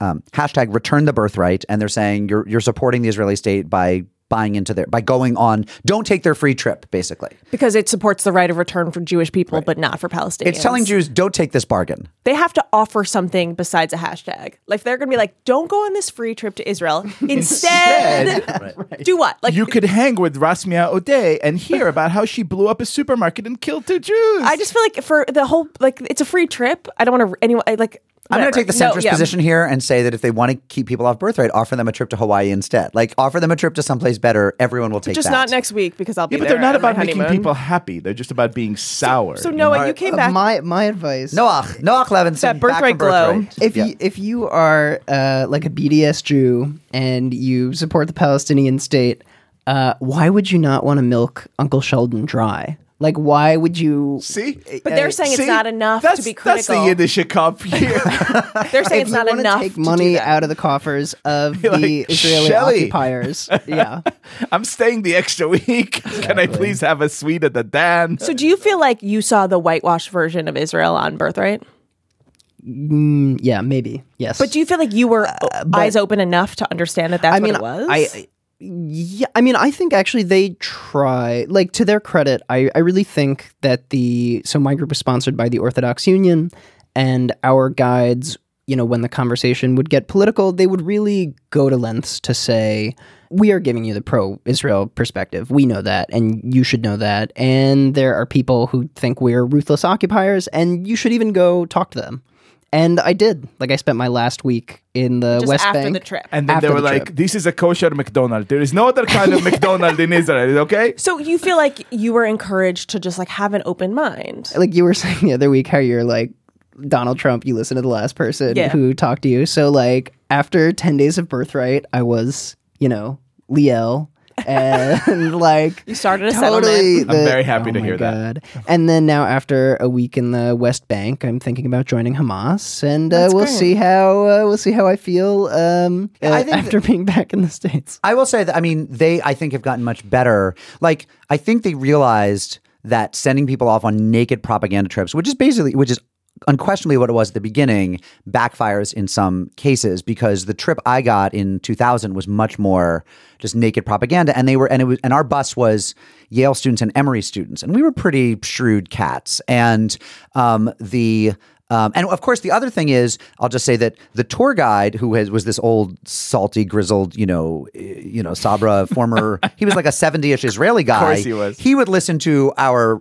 Speaker 1: um, hashtag return the birthright and they're saying you're you're supporting the Israeli state by buying into their by going on don't take their free trip basically.
Speaker 2: because it supports the right of return for Jewish people, but not for Palestinians.
Speaker 1: It's telling Jews don't take this bargain.
Speaker 2: they have to offer something besides a hashtag. Like they're going to be like, "Don't go on this free trip to Israel. Instead, do what? Like
Speaker 3: You could hang with Rasmia O'Day and hear about how she blew up a supermarket and killed two Jews.
Speaker 2: I just feel like for the whole like it's a free trip. I don't want to anyone I, like.
Speaker 1: I'm going
Speaker 2: whatever.
Speaker 1: to take the
Speaker 2: No,
Speaker 1: centrist
Speaker 2: yeah.
Speaker 1: position here and say that if they want to keep people off birthright, offer them a trip to Hawaii instead. Like offer them a trip to someplace better. Everyone will take
Speaker 2: Just
Speaker 1: that.
Speaker 2: not next week because I'll be
Speaker 3: yeah, but
Speaker 2: there
Speaker 3: they're not
Speaker 2: on my
Speaker 3: about making
Speaker 2: honeymoon.
Speaker 3: people happy. They're just about being sour.
Speaker 2: So Noah, you came
Speaker 4: Uh,
Speaker 2: back.
Speaker 4: My my advice.
Speaker 1: Noach, Noach Levinson, back from
Speaker 2: That birthright glow.
Speaker 1: Birthright.
Speaker 4: If
Speaker 1: Yeah.
Speaker 4: you, if you are uh, like a BDS Jew and you support the Palestinian state, uh, why would you not want to milk Uncle Sheldon dry? Like, why would you?
Speaker 3: See?
Speaker 2: but they're saying
Speaker 3: See?
Speaker 2: it's not enough
Speaker 3: that's,
Speaker 2: to be critical.
Speaker 3: that's the Yiddish cop here.
Speaker 2: They're saying it's
Speaker 4: if you
Speaker 2: not
Speaker 4: wanna
Speaker 2: enough
Speaker 4: take
Speaker 2: to
Speaker 4: money
Speaker 2: do that.
Speaker 4: out of the coffers of
Speaker 3: Like,
Speaker 4: the Israeli
Speaker 3: Shelley.
Speaker 4: occupiers. yeah.
Speaker 3: I'm staying the extra week. Can I please have a suite at the Dan?
Speaker 2: So do you feel like you saw the whitewashed version of Israel on Birthright?
Speaker 4: Mm, yeah, maybe. Yes.
Speaker 2: But do you feel like you were eyes open enough to understand that that's
Speaker 4: I mean,
Speaker 2: what it was?
Speaker 4: I, I- yeah, I mean, I think actually they try. Like to their credit, I, I really think that the so my group was sponsored by the Orthodox Union, and our guides, you know, when the conversation would get political, they would really go to lengths to say, "We are giving you the pro-Israel perspective. We know that, and you should know that. And there are people who think we're ruthless occupiers, and you should even go talk to them." And I did. Like I spent my last week in the
Speaker 2: just
Speaker 4: West
Speaker 2: after
Speaker 4: Bank.
Speaker 2: the trip.
Speaker 3: And then
Speaker 4: After
Speaker 3: they were
Speaker 4: the
Speaker 3: like,
Speaker 4: trip.
Speaker 3: this is a kosher McDonald's. There is no other kind of McDonald's in Israel, okay?
Speaker 2: so you feel like you were encouraged to just like have an open mind.
Speaker 4: like you were saying the other week how you're like Donald Trump, you listen to the last person
Speaker 2: Yeah.
Speaker 4: who talked to you. So like after 10 days of birthright, I was, you know, Liel and like
Speaker 2: You started a
Speaker 4: totally
Speaker 2: settlement.
Speaker 3: I'm very happy to hear that.
Speaker 4: that. And then now after a week in the West Bank, I'm thinking about joining Hamas and uh, we'll
Speaker 2: great.
Speaker 4: see how uh, we'll see how I feel um uh,
Speaker 1: I think
Speaker 4: after being back in the states.
Speaker 1: I will say that I mean they I think have gotten much better. Like I think they realized that sending people off on naked propaganda trips, which is basically which is unquestionably what it was at the beginning, backfires in some cases because the trip I got in 2000 was much more just naked propaganda and they were and it was and our bus was Yale students and Emory students and we were pretty shrewd cats and um the Um, and of course, the other thing is, I'll just say that the tour guide, who has, was this old, salty, grizzled, you know, eh, you know, Sabra former, he was like a seventy-ish Israeli guy.
Speaker 3: course he was.
Speaker 1: He would listen to our,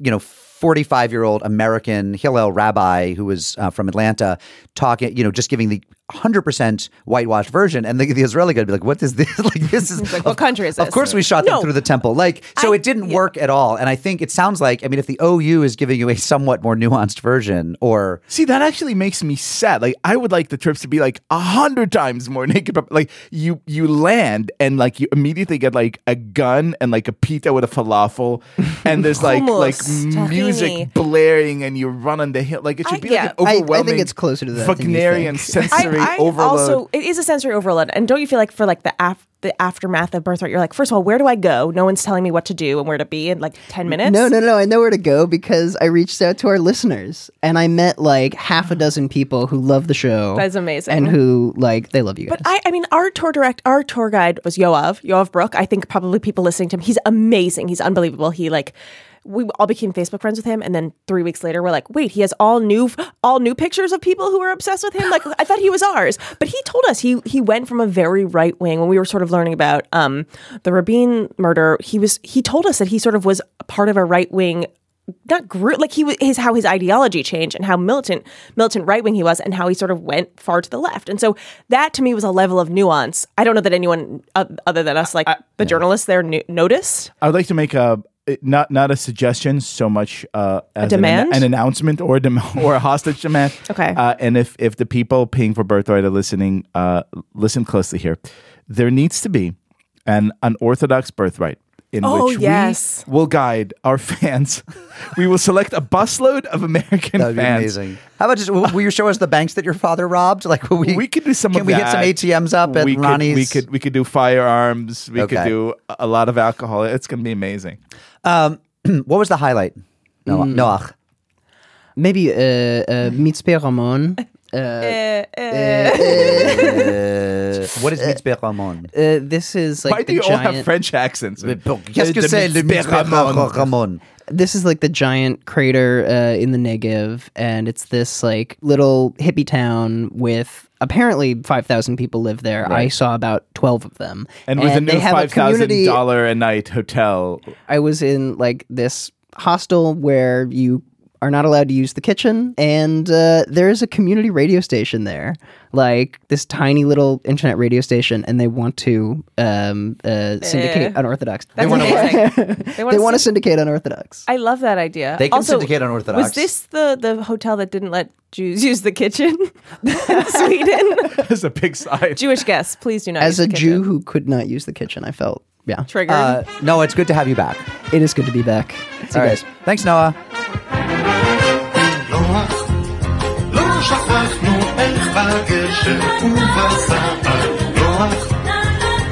Speaker 1: you know, forty-five-year-old American Hillel rabbi who was uh, from Atlanta talking, you know, just giving the hundred percent whitewashed version, and the, the Israeli guy would be like, "What is this? like, this is
Speaker 2: like, what country is
Speaker 1: Of
Speaker 2: this?
Speaker 1: course, we shot them
Speaker 2: No.
Speaker 1: through the temple. Like, so
Speaker 2: I-
Speaker 1: it didn't work at all. And I think it sounds like, I mean, if the OU is giving you a somewhat more nuanced version, or
Speaker 3: See, that actually makes me sad. Like, I would like the trips to be like a hundred times more naked. But like, you you land and like you immediately get like a gun and like a pita with a falafel, and there's like like
Speaker 2: Hummus,
Speaker 3: music
Speaker 2: tahini.
Speaker 3: blaring, and you run on the hill. Like, it should
Speaker 2: I-
Speaker 3: be
Speaker 2: yeah.
Speaker 3: like
Speaker 2: I-
Speaker 3: an
Speaker 4: I think
Speaker 3: overwhelming.
Speaker 4: it's closer to that than you
Speaker 3: Wagnerian
Speaker 4: think.
Speaker 3: sensory
Speaker 2: I, I
Speaker 3: overload.
Speaker 2: also it is a sensory overload, and don't you feel like for like the af- the aftermath of birthright, you're like, first of all, where do I go? No one's telling me what to do and where to be in like ten minutes.
Speaker 4: No, no, no. I know where to go because I reached out to our listeners and I met like half a dozen people who love the show.
Speaker 2: That's amazing.
Speaker 4: And who like they love you guys.
Speaker 2: But I, I mean, our tour direct, our tour guide was Yoav, Yoav Brook. I think probably people listening to him, he's amazing. He's unbelievable. He like, we all became Facebook friends with him, and then three weeks later, we're like, wait, he has all new, all new pictures of people who were obsessed with him. Like, I thought he was ours, but he told us he he went from a very right wing when we were sort of learning about um the Rabin murder. He was he told us that he sort of was a part of a right wing not grew like he was his how his ideology changed and how militant militant right wing he was and how he sort of went far to the left and so that to me was a level of nuance i don't know that anyone uh, other than us like the journalists there knew, noticed
Speaker 3: I would like to make a eh, not not a suggestion so much uh, as an-
Speaker 2: demand?
Speaker 3: an, announcement or a dem- or a hostage demand.
Speaker 2: Okay.
Speaker 3: Uh, and if if the people paying for birthright are listening, uh, listen closely here. There needs to be an unorthodox birthright in
Speaker 2: Oh,
Speaker 3: which
Speaker 2: yes.
Speaker 3: we will guide our fans. we will select a busload of American
Speaker 1: that would be
Speaker 3: fans.
Speaker 1: amazing. How about just, will will you show us the banks that your father robbed? Like, will we,
Speaker 3: We could do some
Speaker 1: Can
Speaker 3: of
Speaker 1: we
Speaker 3: that.
Speaker 1: hit some ATMs up at
Speaker 3: we
Speaker 1: Ronnie's?
Speaker 3: Could, we could we could do firearms. We could
Speaker 1: Okay.
Speaker 3: do a- a lot of alcohol. It's gonna be amazing.
Speaker 1: um, what was the highlight? No, Noach.
Speaker 4: Maybe uh, uh, Mitzpeh Ramon.
Speaker 2: Uh,
Speaker 1: Uh, what is Mitzvah Ramon?
Speaker 4: Uh, this is like
Speaker 3: Why
Speaker 4: the
Speaker 3: do you
Speaker 4: giant.
Speaker 3: all have French accents?
Speaker 1: uh, Qu'est-ce que c'est le Mitzvah Ramon?
Speaker 4: this is like the giant crater uh, in the Negev, and it's this like little hippie town with apparently five thousand people live there. I saw about twelve of them,
Speaker 3: and with a
Speaker 4: they
Speaker 3: new
Speaker 4: have a
Speaker 3: five thousand
Speaker 4: community-
Speaker 3: dollar a night hotel.
Speaker 4: I was in like this hostel where you are not allowed to use the kitchen, and uh, there is a community radio station there, like this tiny little internet radio station, and they want to um, uh, syndicate unorthodox. They
Speaker 2: Eh. that's
Speaker 4: want to,
Speaker 2: amazing they
Speaker 4: they want to
Speaker 2: see-
Speaker 4: syndicate unorthodox.
Speaker 2: i love that idea
Speaker 1: They can
Speaker 2: also,
Speaker 1: syndicate unorthodox.
Speaker 2: was this the the hotel that didn't let jews use the kitchen in sweden
Speaker 3: That's a big sign.
Speaker 2: jewish guests please do not use
Speaker 4: As
Speaker 2: the
Speaker 4: a
Speaker 2: kitchen.
Speaker 4: Jew who could not use the kitchen, I felt yeah.
Speaker 2: trigger
Speaker 1: Uh, no, it's good to have you back.
Speaker 4: It is good to be back. See
Speaker 1: All
Speaker 4: you
Speaker 1: right.
Speaker 4: guys.
Speaker 1: Thanks, Noah.
Speaker 5: נוח. לא שכחנו איך בגשר ובסער נוח.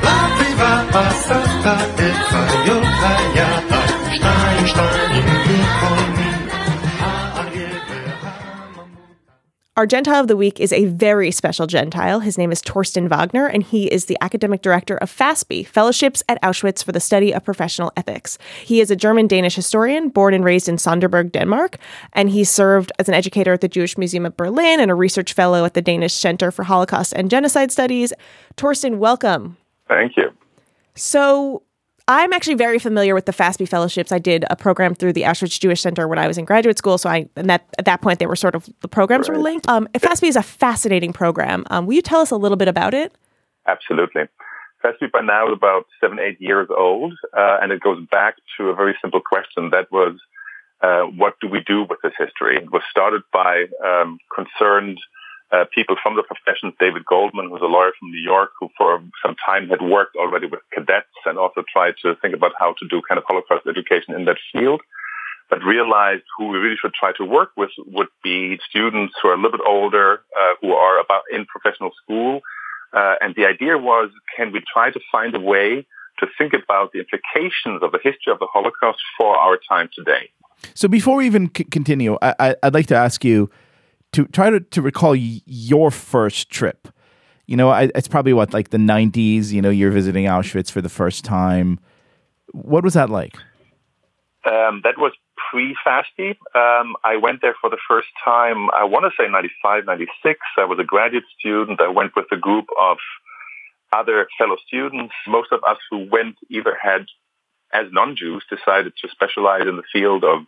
Speaker 5: לפיבה אספת את חיות היער. שתיים שתיים מכל מין. האריה והממון.
Speaker 2: Our Gentile of the Week is a very special Gentile. His name is Torsten Wagner, and he is the academic director of FASB, Fellowships at Auschwitz for the Study of Professional Ethics. He is a German Danish historian born and raised in Sonderburg, Denmark, and he served as an educator at the Jewish Museum of Berlin and a research fellow at the Danish Center for Holocaust and Genocide Studies. Torsten, welcome.
Speaker 6: Thank you.
Speaker 2: So I'm actually very familiar with the FASB fellowships. I did a program through the Auschwitz Jewish Center when I was in graduate school. So I and that at that point they were sort of the programs were linked. Um, FASB is a fascinating program. Um, will you tell us a little bit about it?
Speaker 6: Absolutely. FASB by now is about seven, eight years old, uh, and it goes back to a very simple question that was, uh, what do we do with this history? It was started by um, concerned uh, people from the profession. David Goldman, who's a lawyer from New York, who for some time had worked already with cadets and also tried to think about how to do kind of Holocaust education in that field. but realized who we really should try to work with would be students who are a little bit older, uh, who are about in professional school. Uh, and the idea was, can we try to find a way to think about the implications of the history of the Holocaust for our time today?
Speaker 3: So before we even c- continue, I- I- I'd like to ask you to try to, to recall y- your first trip. You know, I, it's probably what like the '90s. You know, you're visiting Auschwitz for the first time. What was that like?
Speaker 6: Um, that was pre-FASTI. Um, I went there for the first time, I want to say 95, 96. I was a graduate student. I went with a group of other fellow students. Most of us who went either had, as non-Jews, decided to specialize in the field of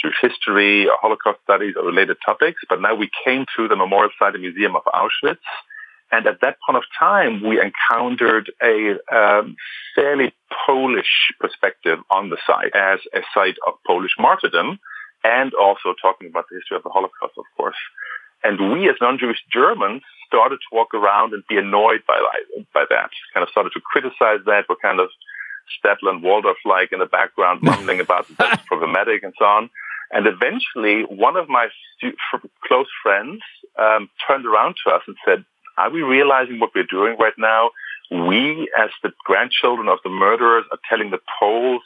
Speaker 6: Jewish history or Holocaust studies or related topics. But now we came to the memorial site and museum of Auschwitz. And at that point of time, we encountered a um, fairly Polish perspective on the site as a site of Polish martyrdom and also talking about the history of the Holocaust, of course. And we as non-Jewish Germans started to walk around and be annoyed by, by that, kind of started to criticize that. We're kind of Stadler and Waldorf-like in the background, mumbling about that's problematic and so on. And eventually, one of my stu- f- close friends um, turned around to us and said, are we realizing what we're doing right now? We, as the grandchildren of the murderers, are telling the Poles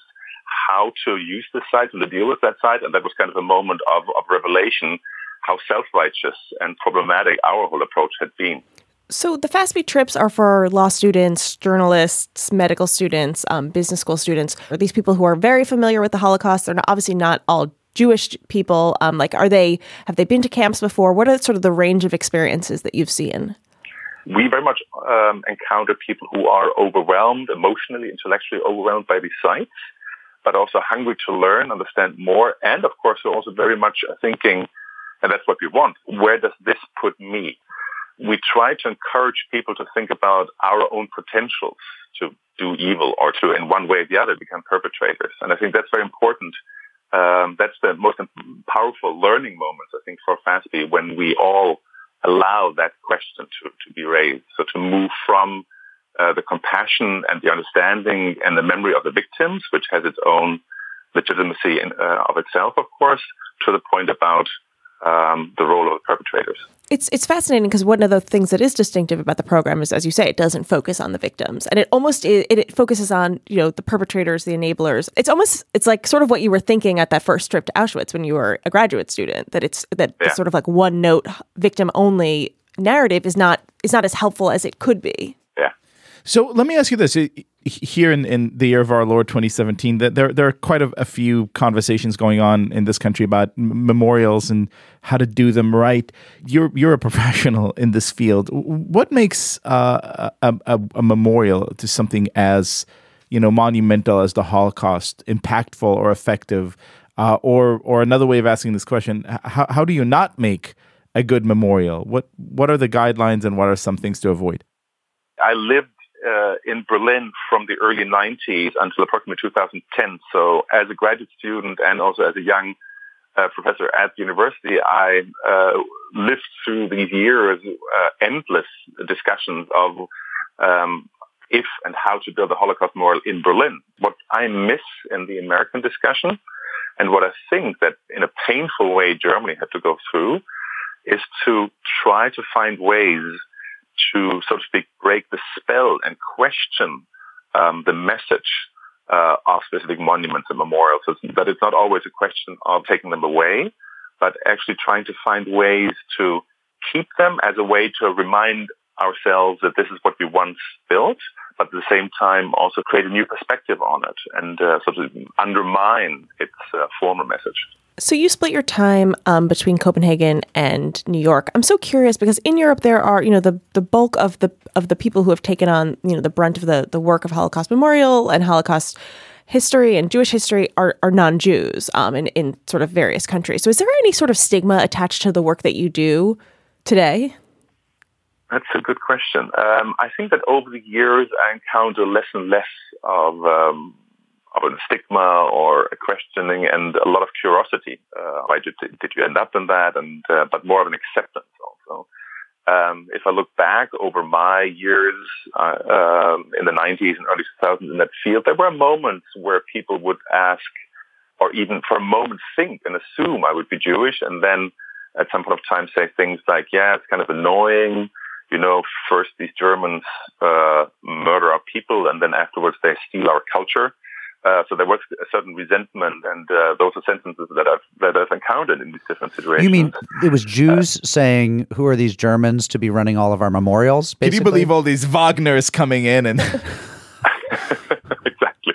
Speaker 6: how to use the site and to deal with that site. And that was kind of a moment of, of revelation how self-righteous and problematic our whole approach had been.
Speaker 2: So the FASB trips are for law students, journalists, medical students, um, business school students, or these people who are very familiar with the Holocaust. They're not, obviously not all Jewish people. Um, like, are they? Have they been to camps before? What are sort of the range of experiences that you've seen?
Speaker 6: we very much um, encounter people who are overwhelmed, emotionally, intellectually overwhelmed by these sites, but also hungry to learn, understand more, and of course they're also very much uh, thinking, and that's what we want, where does this put me? We try to encourage people to think about our own potentials to do evil or to, in one way or the other, become perpetrators. And I think that's very important. Um, that's the most powerful learning moments, I think, for FASB when we all allow that question to, to be raised. So to move from uh, the compassion and the understanding and the memory of the victims, which has its own legitimacy in, uh, of itself, of course, to the point about um, the role of the perpetrators.
Speaker 2: It's it's fascinating because one of the things that is distinctive about the program is, as you say, it doesn't focus on the victims, and it almost it, it focuses on you know the perpetrators, the enablers. It's almost it's like sort of what you were thinking at that first trip to Auschwitz when you were a graduate student. That it's that the
Speaker 6: Yeah.
Speaker 2: sort of like one note victim only narrative is not is not as helpful as it could be.
Speaker 6: Yeah.
Speaker 3: So let me ask you this: I- here in, in the year of our Lord 2017, that there there are quite a, a few conversations going on in this country about m- memorials and how to do them right. You're you're a professional in this field. W- What makes uh, a, a, a memorial to something as you know monumental as the Holocaust impactful or effective? Uh, or or another way of asking this question: h- how, how do you not make a good memorial? What what are the guidelines and what are some things to avoid?
Speaker 6: I lived uh, in Berlin from the early 90s until approximately 2010. So as a graduate student and also as a young uh, professor at the university, I uh, lived through these years, uh, endless discussions of um, if and how to build a Holocaust memorial in Berlin. What I miss in the American discussion and what I think that in a painful way Germany had to go through is to try to find ways to, so to speak, break the spell and question um, the message uh, of specific monuments and memorials. So it's- that it's not always a question of taking them away, but actually trying to find ways to keep them as a way to remind ourselves that this is what we once built, but at the same time also create a new perspective on it and uh, sort of undermine its uh, former message.
Speaker 2: So you split your time um, between Copenhagen and New York. I'm so curious because in Europe there are, you know, the the bulk of the of the people who have taken on, you know, the brunt of the the work of Holocaust memorial and Holocaust history and Jewish history are, are non-Jews um, in in sort of various countries. So is there any sort of stigma attached to the work that you do today?
Speaker 6: That's a good question. Um, I think that over the years, I encounter less and less of um, of a stigma or a questioning, and a lot of curiosity. Uh, why did did you end up in that? And uh, but more of an acceptance also. Um, if I look back over my years uh, um, in the 90s and early 2000s in that field, there were moments where people would ask, or even for a moment think and assume I would be Jewish, and then at some point of time say things like, "Yeah, it's kind of annoying." you know, first these Germans uh, murder our people, and then afterwards they steal our culture. Uh, so there was a certain resentment, and uh, those are sentences that I've that I've encountered in these different situations.
Speaker 1: You mean it was Jews saying, "Who are these Germans to be running all of our memorials?"
Speaker 3: Can you
Speaker 1: basically?
Speaker 3: believe all these Wagners coming in and
Speaker 6: exactly?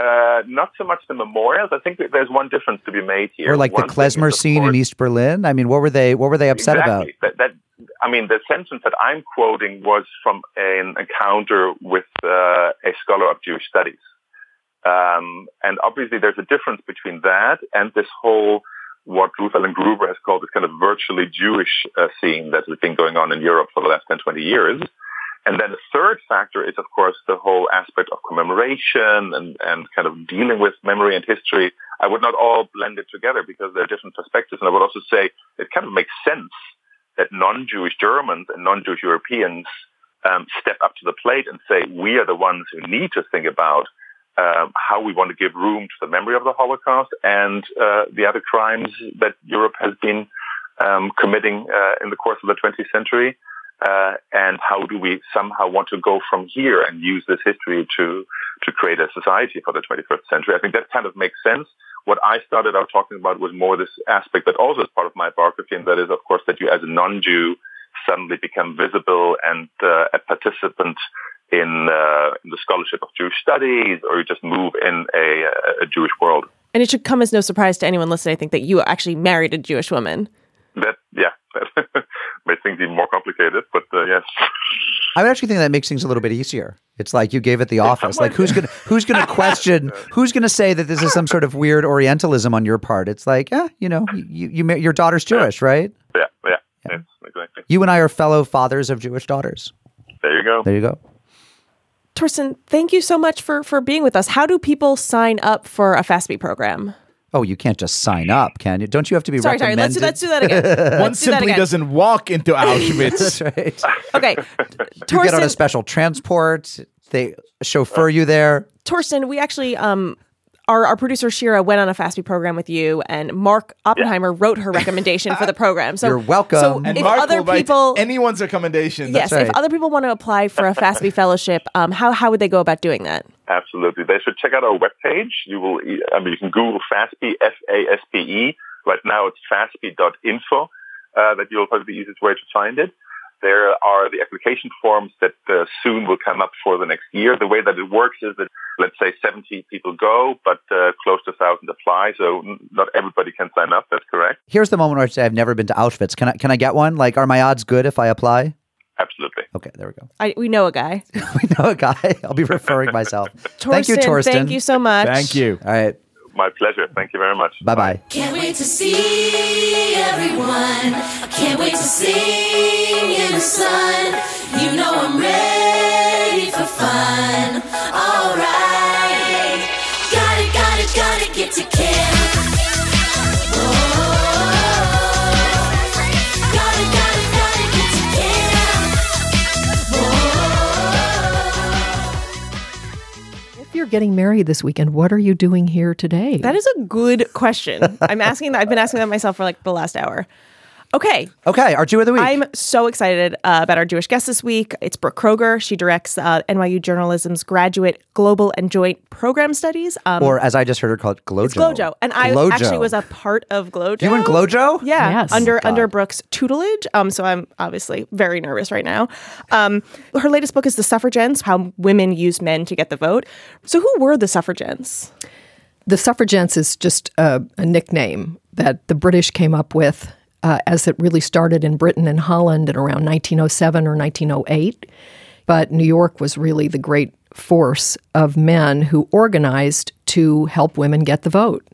Speaker 6: Uh, not so much the memorials. I think that there's one difference to be made here.
Speaker 1: Or like the
Speaker 6: One thing is,
Speaker 1: klezmer
Speaker 6: of
Speaker 1: scene
Speaker 6: course-
Speaker 1: in East Berlin. I mean, what were they? What were they upset about?
Speaker 6: exactly. That, that I mean, the sentence that I'm quoting was from an encounter with uh, a scholar of Jewish studies, um, and obviously there's a difference between that and this whole what Ruth Ellen Gruber has called this kind of virtually Jewish uh, scene that has been going on in Europe for the last 10, 20 years. And then the third factor is, of course, the whole aspect of commemoration and, and kind of dealing with memory and history. I would not all blend it together because there are different perspectives. And I would also say it kind of makes sense that non-Jewish Germans and non-Jewish Europeans um, step up to the plate and say, we are the ones who need to think about um, how we want to give room to the memory of the Holocaust and uh, the other crimes that Europe has been um, committing uh, in the course of the 20th century uh, and how do we somehow want to go from here and use this history to to create a society for the 21st century? I think that kind of makes sense. What I started out talking about was more this aspect that also is part of my biography, and that is, of course, that you as a non-Jew suddenly become visible and uh, a participant in, uh, in the scholarship of Jewish studies, or you just move in a, a Jewish world.
Speaker 2: And it should come as no surprise to anyone listening, I think, that you actually married a Jewish woman.
Speaker 6: That, yeah, that makes things even more complicated, but uh, yes.
Speaker 1: I would actually think that makes things a little bit easier. It's like you gave it the office. Like who's gonna who's gonna question? Who's gonna say that this is some sort of weird Orientalism on your part? It's like, yeah, you know, you, you ma- your daughter's Jewish, right?
Speaker 6: Yeah, yeah, yes, exactly.
Speaker 1: You and I are fellow fathers of Jewish daughters.
Speaker 6: There you go.
Speaker 1: There you go.
Speaker 2: Torsten, thank you so much for for being with us. How do people sign up for a FASB program?
Speaker 1: Oh, you can't just sign up, can you? Don't you have to be
Speaker 2: Sorry, sorry.
Speaker 1: recommended?
Speaker 2: Let's do, let's do that again.
Speaker 3: One
Speaker 2: Let's do that
Speaker 3: simply
Speaker 2: again.
Speaker 3: doesn't walk into Auschwitz.
Speaker 1: That's right.
Speaker 2: Okay,
Speaker 1: You get on a
Speaker 2: Torsten,
Speaker 1: special transport. They chauffeur you there.
Speaker 2: Torsten, we actually um our, our producer Shira went on a FASB program with you, and Mark Oppenheimer wrote her recommendation for the program. So
Speaker 1: You're welcome.
Speaker 2: So
Speaker 1: And
Speaker 2: if
Speaker 3: Mark
Speaker 2: other
Speaker 3: will write
Speaker 2: people,
Speaker 3: anyone's recommendation.
Speaker 2: yes, if
Speaker 1: right.
Speaker 2: other people want to apply for a FASB fellowship, um, how how would they go about doing that?
Speaker 6: Absolutely. They should check out our webpage. You will, e, I mean, you can Google FASPE, F-A-S-P-E. E. Right now it's FASPE.info. Uh, that you'll probably the easiest way to find it. There are the application forms that uh, soon will come up for the next year. The way that it works is that, let's say, 70 people go, but uh, close to 1,000 apply. So n- not everybody can sign up. That's correct.
Speaker 1: Here's the moment where I say I've never been to Auschwitz. Can I can I get one? Like, are my odds good if I apply?
Speaker 6: Absolutely.
Speaker 1: Okay, there we go.
Speaker 2: I, we know a guy.
Speaker 1: We know a guy. I'll be referring myself.
Speaker 2: Torsten,
Speaker 1: thank you, Torsten.
Speaker 2: Thank you so much.
Speaker 3: Thank you.
Speaker 1: All right.
Speaker 6: My pleasure. Thank you very much.
Speaker 1: Bye bye.
Speaker 7: Can't wait to see everyone. I can't wait to sing in the sun. You know I'm ready for fun. Alright. Gotta, gotta, gotta get to camp. Oh. Gotta, gotta, gotta get to camp. Oh.
Speaker 8: If you're getting married this weekend, what are you doing here today?
Speaker 2: That is a good question. I'm asking that. I've been asking that myself for like the last hour. Okay,
Speaker 1: Okay, our Jew of the week.
Speaker 2: I'm so excited uh, about our Jewish guest this week. It's Brooke Kroger. She directs uh, NYU Journalism's graduate global and joint program studies. Um,
Speaker 1: or as I just heard her called, Glojo.
Speaker 2: Glojo, and I
Speaker 1: Glojo.
Speaker 2: actually was a part of Glojo.
Speaker 1: You went Glojo?
Speaker 2: Yeah,
Speaker 8: Yes.
Speaker 2: under under Brooks' tutelage. Um, so I'm obviously very nervous right now. Um, her latest book is *The Suffragans: How Women Use Men to Get the Vote*. So who were the suffragans?
Speaker 8: the suffragettes is just a, a nickname that the British came up with uh, as it really started in Britain and Holland in around 1907 or 1908. But New York was really the great force of men who organized to help women get the vote.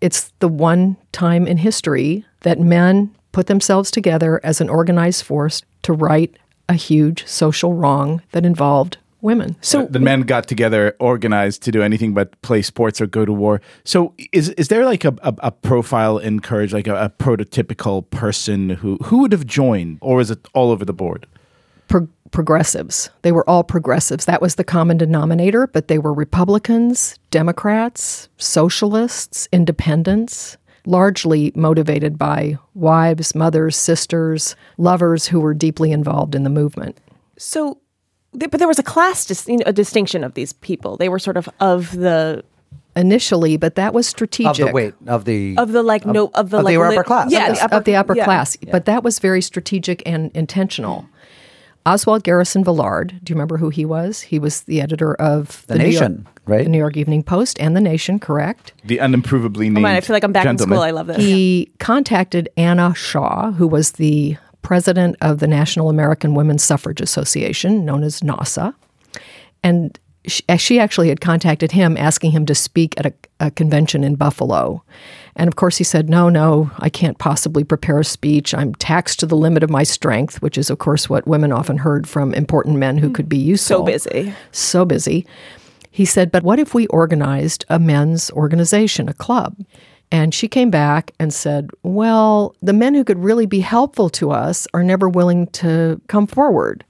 Speaker 8: It's the one time in history that men put themselves together as an organized force to right a huge social wrong that involved women.
Speaker 3: So the men got together, organized to do anything but play sports or go to war. So is is there like a, a, a profile in courage, like a, a prototypical person who who would have joined, or is it all over the board?
Speaker 8: pro- progressives. They were all progressives. That was the common denominator, but they were Republicans, Democrats, socialists, independents, largely motivated by wives, mothers, sisters, lovers who were deeply involved in the movement.
Speaker 2: So, th- but there was a class, dis- you know, a distinction of these people. They were sort of of the
Speaker 8: Initially, but that was
Speaker 1: Of
Speaker 8: strategic.
Speaker 1: the wait of the
Speaker 2: of the like no of the
Speaker 1: of the
Speaker 2: like
Speaker 1: upper class.
Speaker 2: Yeah,
Speaker 1: Of
Speaker 8: of the upper
Speaker 2: yeah.
Speaker 8: class. But that was very strategic and intentional. Oswald Garrison Villard, do you remember who he was? He was the editor of
Speaker 1: The
Speaker 8: New York-
Speaker 1: Nation, right?
Speaker 8: The New York Evening Post and The Nation, correct?
Speaker 3: The unimprovably named.
Speaker 2: Come on, Oh, I feel like I'm back
Speaker 3: gentleman.
Speaker 2: in school. I love this.
Speaker 8: He contacted Anna Shaw, who was the president of the National American Women's Suffrage Association, known as NASA. And she, she actually had contacted him asking him to speak at a, a convention in Buffalo. And of course, he said, No, no, I can't possibly prepare a speech. I'm taxed to the limit of my strength, which is, of course, what women often heard from important men who could be useful.
Speaker 2: Hmm. so busy.
Speaker 8: So busy. He said, But what if we organized a men's organization, a club? And she came back and said, Well, the men who could really be helpful to us are never willing to come forward.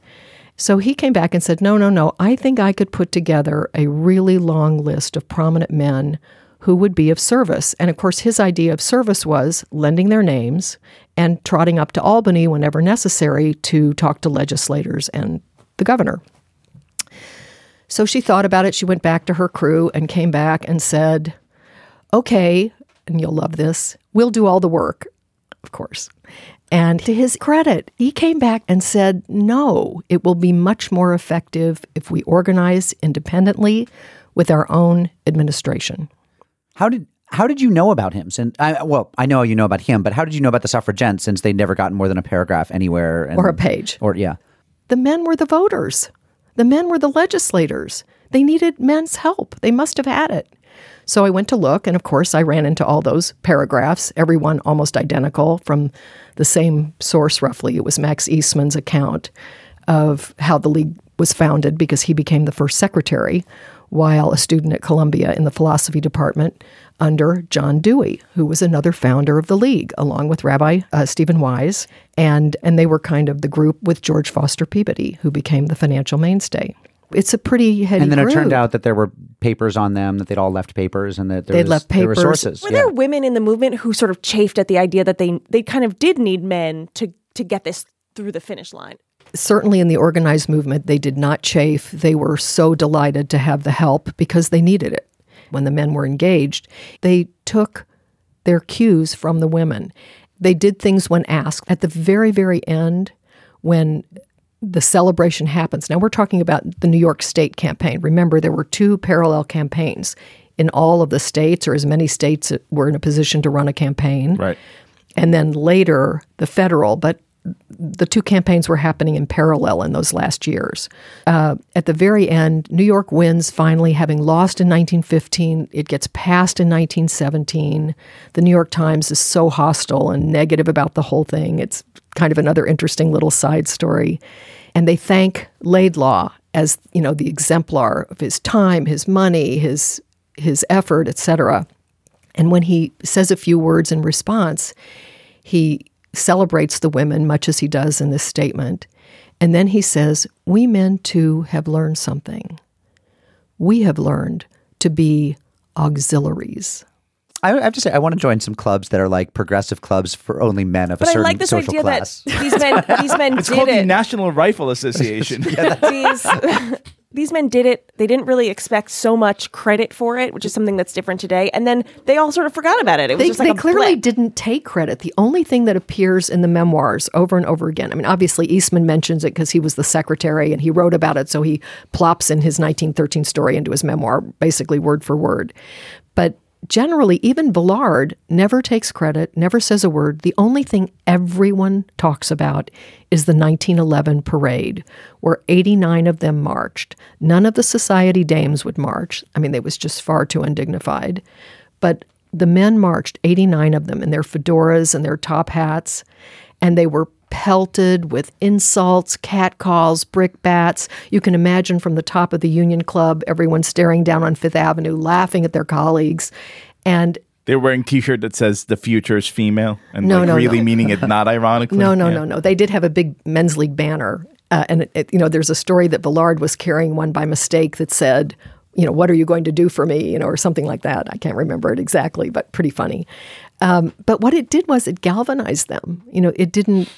Speaker 8: So he came back and said, No, no, no, I think I could put together a really long list of prominent men who would be of service. And of course, his idea of service was lending their names and trotting up to Albany whenever necessary to talk to legislators and the governor. So she thought about it. She went back to her crew and came back and said, Okay, and you'll love this, we'll do all the work, of course. And to his credit, he came back and said, No, it will be much more effective if we organize independently with our own administration.
Speaker 1: How did how did you know about him? Since I well, I know you know about him, but how did you know about the suffragettes since they'd never gotten more than a paragraph anywhere and,
Speaker 8: Or a page.
Speaker 1: Or yeah.
Speaker 8: The men were the voters. The men were the legislators. They needed men's help. They must have had it. So I went to look, and of course, I ran into all those paragraphs, every one almost identical from the same source, roughly. It was Max Eastman's account of how the league was founded because he became the first secretary while a student at Columbia in the philosophy department under John Dewey, who was another founder of the league, along with Rabbi uh, Stephen Wise, and and they were kind of the group with George Foster Peabody, who became the financial mainstay. It's a pretty heady
Speaker 1: And then it turned
Speaker 8: group.
Speaker 1: out that there were papers on them that they'd all left papers and that there
Speaker 8: They'd
Speaker 1: was-
Speaker 8: left
Speaker 1: there were
Speaker 8: papers.
Speaker 1: sources.
Speaker 2: Were
Speaker 1: yeah.
Speaker 2: there women in the movement who sort of chafed at the idea that they they kind of did need men to to get this through the finish line?
Speaker 8: certainly in the organized movement, they did not chafe. They were so delighted to have the help because they needed it. When the men were engaged, they took their cues from the women. They did things when asked. At the very, very end, when the celebration happens, now we're talking about the New York State campaign. Remember, there were two parallel campaigns in all of the states, or as many states that were in a position to run a campaign
Speaker 3: Right.
Speaker 8: and then later the federal. But the two campaigns were happening in parallel in those last years. Uh, at the very end, New York wins finally, having lost in 1915. It gets passed in 1917. The New York Times is so hostile and negative about the whole thing. It's kind of another interesting little side story. And they thank Laidlaw as you know the exemplar of his time, his money, his his effort, etc. And when he says a few words in response, he celebrates the women much as he does in this statement. And then he says, We men too have learned something. We have learned to be auxiliaries.
Speaker 1: I, I have to say, I want to join some clubs that are like progressive clubs for only men of a
Speaker 2: But I
Speaker 1: certain
Speaker 2: like this
Speaker 1: social
Speaker 2: idea
Speaker 1: class.
Speaker 2: that these men these men
Speaker 3: It's
Speaker 2: did
Speaker 3: called the
Speaker 2: it.
Speaker 3: National Rifle Association.
Speaker 2: these these men did it. They didn't really expect so much credit for it, which is something that's different today. And then they all sort of forgot about it. It was
Speaker 8: They,
Speaker 2: just like
Speaker 8: they
Speaker 2: a
Speaker 8: clearly
Speaker 2: blip.
Speaker 8: didn't take credit. The only thing that appears in the memoirs over and over again, I mean, obviously Eastman mentions it because he was the secretary and he wrote about it, so he plops in his 1913 story into his memoir, basically word for word. But generally, even Villard never takes credit, never says a word. The only thing everyone talks about is the 1911 parade, where 89 of them marched. None of the society dames would march. I mean, they was just far too undignified. But the men marched, 89 of them, in their fedoras and their top hats, and they were pelted with insults, catcalls, brickbats. You can imagine from the top of the Union Club, everyone staring down on Fifth Avenue, laughing at their colleagues. And
Speaker 3: They're wearing T-shirt that says "The future is female" and
Speaker 8: No,
Speaker 3: like
Speaker 8: no,
Speaker 3: really
Speaker 8: no.
Speaker 3: meaning it, not ironically.
Speaker 8: No, no,
Speaker 3: Yeah.
Speaker 8: no, no. They did have a big men's league banner, uh, and it, it- you know, there's a story that Villard was carrying one by mistake that said, you know, what are you going to do for me, you know, or something like that. I can't remember it exactly, but pretty funny. Um, but what it did was it galvanized them. You know, it didn't.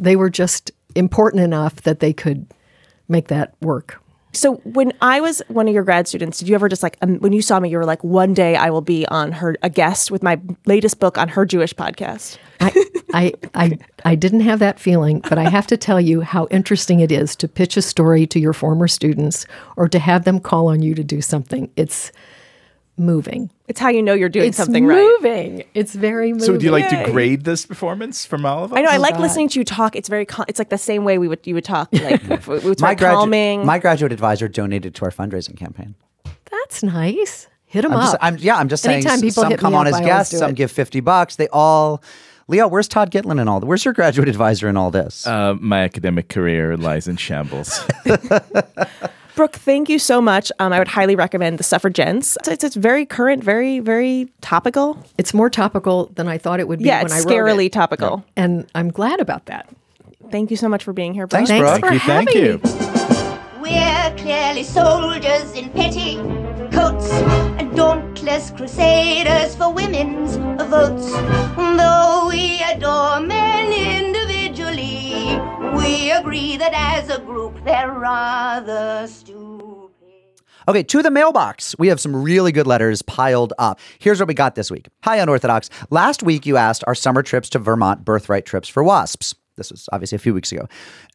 Speaker 8: They were just important enough that they could make that work.
Speaker 2: So when I was one of your grad students, did you ever just like um, when you saw me, you were like, one day I will be on her a guest with my latest book on her Jewish podcast.
Speaker 8: I, I, I, I didn't have that feeling, but I have to tell you how interesting it is to pitch a story to your former students or to have them call on you to do something. It's moving.
Speaker 2: It's how you know you're doing
Speaker 8: It's
Speaker 2: something right.
Speaker 8: moving. It's very moving.
Speaker 3: So, would you like
Speaker 2: Yay.
Speaker 3: to grade this performance from all of us?
Speaker 2: I
Speaker 8: Oh
Speaker 2: know. I like listening to you talk. It's very. Cal- it's like the same way we would you would talk. Like it's
Speaker 1: my,
Speaker 2: very
Speaker 1: gradu-
Speaker 2: calming.
Speaker 1: my graduate advisor donated to our fundraising campaign.
Speaker 8: That's nice. Hit them
Speaker 1: I'm
Speaker 8: up.
Speaker 1: just, I'm, yeah, I'm just saying.
Speaker 8: Anytime
Speaker 1: s-
Speaker 8: people
Speaker 1: some
Speaker 8: hit
Speaker 1: come
Speaker 8: me
Speaker 1: on
Speaker 8: up,
Speaker 1: as
Speaker 8: I always
Speaker 1: guests,
Speaker 8: do
Speaker 1: some
Speaker 8: it.
Speaker 1: give fifty bucks. They all, Leo, where's Todd Gitlin and all? Where's your graduate advisor and all this?
Speaker 3: Uh, my academic career lies in shambles.
Speaker 2: Brooke, thank you so much. Um, I would highly recommend the Suffragents. It's, it's, it's very current, very very topical.
Speaker 8: it's more topical than I thought it would be
Speaker 2: Yeah,
Speaker 8: when I
Speaker 2: it's
Speaker 8: wrote
Speaker 2: scarily
Speaker 8: it.
Speaker 2: topical.
Speaker 8: And I'm glad about that.
Speaker 2: Thank you so much for being here, Brooke.
Speaker 1: Thanks, Brooke.
Speaker 8: Thanks for having
Speaker 3: thank you.
Speaker 8: me.
Speaker 9: We're clearly soldiers in petty coats and dauntless crusaders for women's votes. Though we adore men individually, we agree that as a group they're rather stupid.
Speaker 1: Okay, to the mailbox. We have some really good letters piled up. Here's what we got this week. Hi, Unorthodox. Last week you asked our summer trips to Vermont birthright trips for wasps. This was obviously a few weeks ago.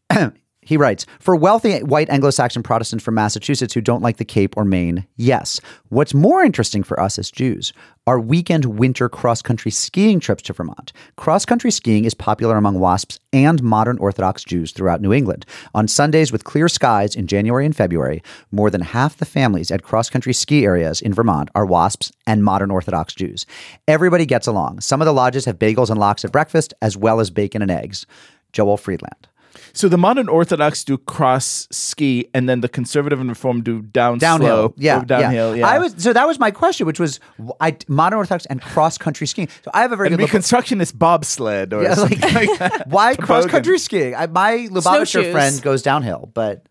Speaker 1: he writes For wealthy white Anglo Saxon Protestants from Massachusetts who don't like the Cape or Maine, yes. What's more interesting for us as Jews are weekend winter cross country skiing trips to Vermont. Cross country skiing is popular among WASPs and modern Orthodox Jews throughout New England. On Sundays with clear skies in January and February, more than half the families at cross country ski areas in Vermont are WASPs and modern Orthodox Jews. Everybody gets along. Some of the lodges have bagels and lox at breakfast, as well as bacon and eggs. Joel Friedland.
Speaker 3: So the modern Orthodox do cross ski, and then the conservative and reform do down
Speaker 1: downhill.
Speaker 3: slope,
Speaker 1: yeah,
Speaker 3: or downhill. Yeah,
Speaker 1: I was so that was my question, which was w- I modern Orthodox and cross country skiing. So I have a very
Speaker 3: and
Speaker 1: good. look-
Speaker 3: reconstructionist bobsled or
Speaker 1: Yeah,
Speaker 3: something
Speaker 1: like-
Speaker 3: like that.
Speaker 1: why cross country
Speaker 3: Toboggan.
Speaker 1: skiing? I, my Lubavitcher
Speaker 2: Snowshoes.
Speaker 1: friend goes downhill, but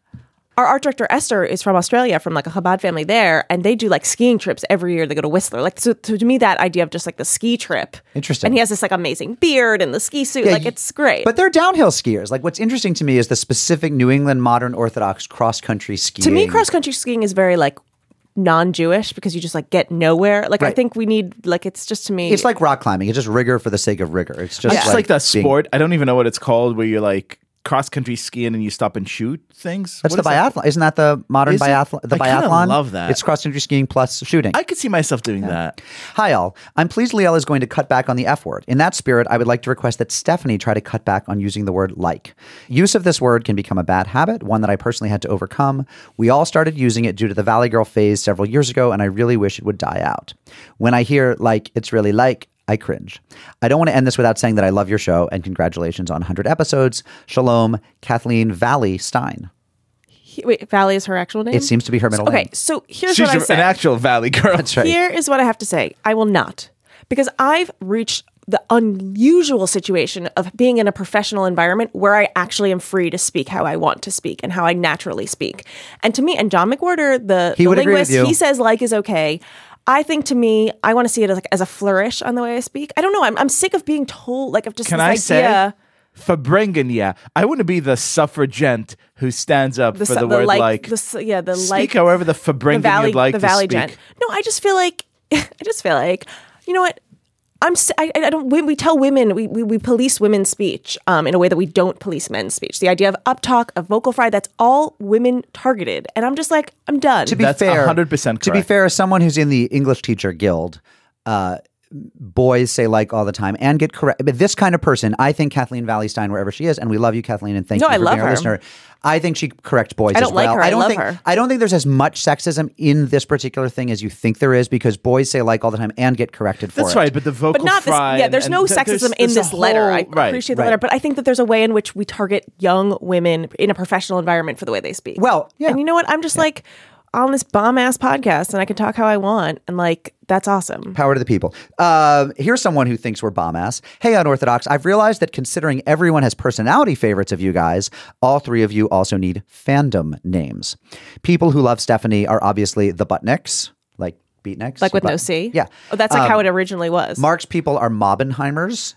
Speaker 2: Our art director Esther is from Australia, from like a Chabad family there, and they do like skiing trips every year. They go to Whistler. Like so, so to me, that idea of just like the ski trip,
Speaker 1: Interesting.
Speaker 2: And he has this like amazing beard and the ski suit.
Speaker 1: Yeah,
Speaker 2: like
Speaker 1: you-
Speaker 2: it's great.
Speaker 1: but they're downhill skiers. Like what's interesting to me is the specific New England modern Orthodox cross country skiing.
Speaker 2: to me, cross country skiing is very like non-Jewish because you just like get nowhere. Like I
Speaker 1: Right.
Speaker 2: think we need like it's just to me.
Speaker 1: It's like rock climbing. It's just rigor for the sake of rigor. It's just
Speaker 3: It's just like that
Speaker 1: being-
Speaker 3: sport. I don't even know what it's called, where you're like cross country skiing and you stop and shoot things.
Speaker 1: That's
Speaker 3: What
Speaker 1: the
Speaker 3: is that?
Speaker 1: biathlon. is Isn't that the modern
Speaker 3: Is it?
Speaker 1: biathlon? The
Speaker 3: I kinda
Speaker 1: biathlon.
Speaker 3: love that.
Speaker 1: It's cross country skiing plus shooting.
Speaker 3: I could see myself doing that.
Speaker 1: Hi, all. I'm pleased Liel is going to cut back on the F word. In that spirit, I would like to request that Stephanie try to cut back on using the word like. Use of this word can become a bad habit, one that I personally had to overcome. We all started using it due to the Valley Girl phase several years ago, and I really wish it would die out. When I hear like, it's really like, I cringe. I don't want to end this without saying that I love your show and congratulations on 100 episodes. Shalom, Kathleen Valley Stein.
Speaker 2: He- wait, Valley is her actual name.
Speaker 1: It seems to be her middle name.
Speaker 2: okay. So here's
Speaker 3: She's
Speaker 2: what I
Speaker 3: a-
Speaker 2: said.
Speaker 3: an actual valley girl.
Speaker 1: That's right.
Speaker 2: Here is what I have to say. I will not. Because I've reached the unusual situation of being in a professional environment where I actually am free to speak how I want to speak and how I naturally speak. And to me, and John McWhorter, the,
Speaker 1: He
Speaker 2: the
Speaker 1: would agree with
Speaker 2: linguist,
Speaker 1: you.
Speaker 2: he says like is okay. I think to me, I want to see it as like as a flourish on the way I speak. I don't know. I'm, I'm sick of being told like of just
Speaker 3: Can
Speaker 2: this
Speaker 3: I
Speaker 2: idea.
Speaker 3: say? Verbringen, yeah. I want to be the suffragette who stands up for
Speaker 2: su-
Speaker 3: the, word like.
Speaker 2: the s- yeah, the
Speaker 3: speak
Speaker 2: like
Speaker 3: however the Verbringen you'd like
Speaker 2: the
Speaker 3: to
Speaker 2: valley
Speaker 3: speak.
Speaker 2: gent. No, I just feel like I just feel like you know what. I'm. s- I, I don't. We, we tell women we, we, we police women's speech um, in a way that we don't police men's speech. The idea of uptalk, of vocal fry, that's all women targeted. And I'm just like, I'm done.
Speaker 1: to be
Speaker 3: That's
Speaker 1: fair,
Speaker 3: 100%
Speaker 1: To be
Speaker 3: correct.
Speaker 1: fair, as someone who's in the English teacher guild, uh, boys say like all the time and get correct. But this kind of person, I think Kathleen Valley Stein, wherever she is, and we love you, Kathleen, and thank
Speaker 2: No,
Speaker 1: you
Speaker 2: I
Speaker 1: for
Speaker 2: love
Speaker 1: being our
Speaker 2: her.
Speaker 1: listener. I think she corrects boys.
Speaker 2: I don't
Speaker 1: as
Speaker 2: like
Speaker 1: well.
Speaker 2: her. I love
Speaker 1: think,
Speaker 2: her.
Speaker 1: I don't think there's as much sexism in this particular thing as you think there is because boys say like all the time and get corrected for
Speaker 3: That's
Speaker 1: it.
Speaker 3: right, but the vocal
Speaker 2: but not this.
Speaker 3: fry.
Speaker 2: Yeah,
Speaker 3: and-
Speaker 2: there's
Speaker 3: and
Speaker 2: no
Speaker 3: th-
Speaker 2: sexism
Speaker 3: there's-
Speaker 2: in
Speaker 3: there's a
Speaker 2: this letter. I
Speaker 3: whole- right,
Speaker 2: appreciate the
Speaker 1: right.
Speaker 2: letter, but I think that there's a way in which we target young women in a professional environment for the way they speak.
Speaker 1: Well, yeah.
Speaker 2: and you know what? I'm just like on this bomb ass podcast, and I can talk how I want, and like that's awesome.
Speaker 1: Power to the people. Um, here's someone who thinks we're bomb ass. Hey, unorthodox. I've realized that considering everyone has personality favorites of you guys, all three of you also need fandom names. People who love Stephanie are obviously the Buttnicks, like beatniks,
Speaker 2: Like with no
Speaker 1: but-
Speaker 2: C.
Speaker 1: Yeah,
Speaker 2: Oh, that's like how it originally was.
Speaker 1: Mark's people are Mobbenheimers,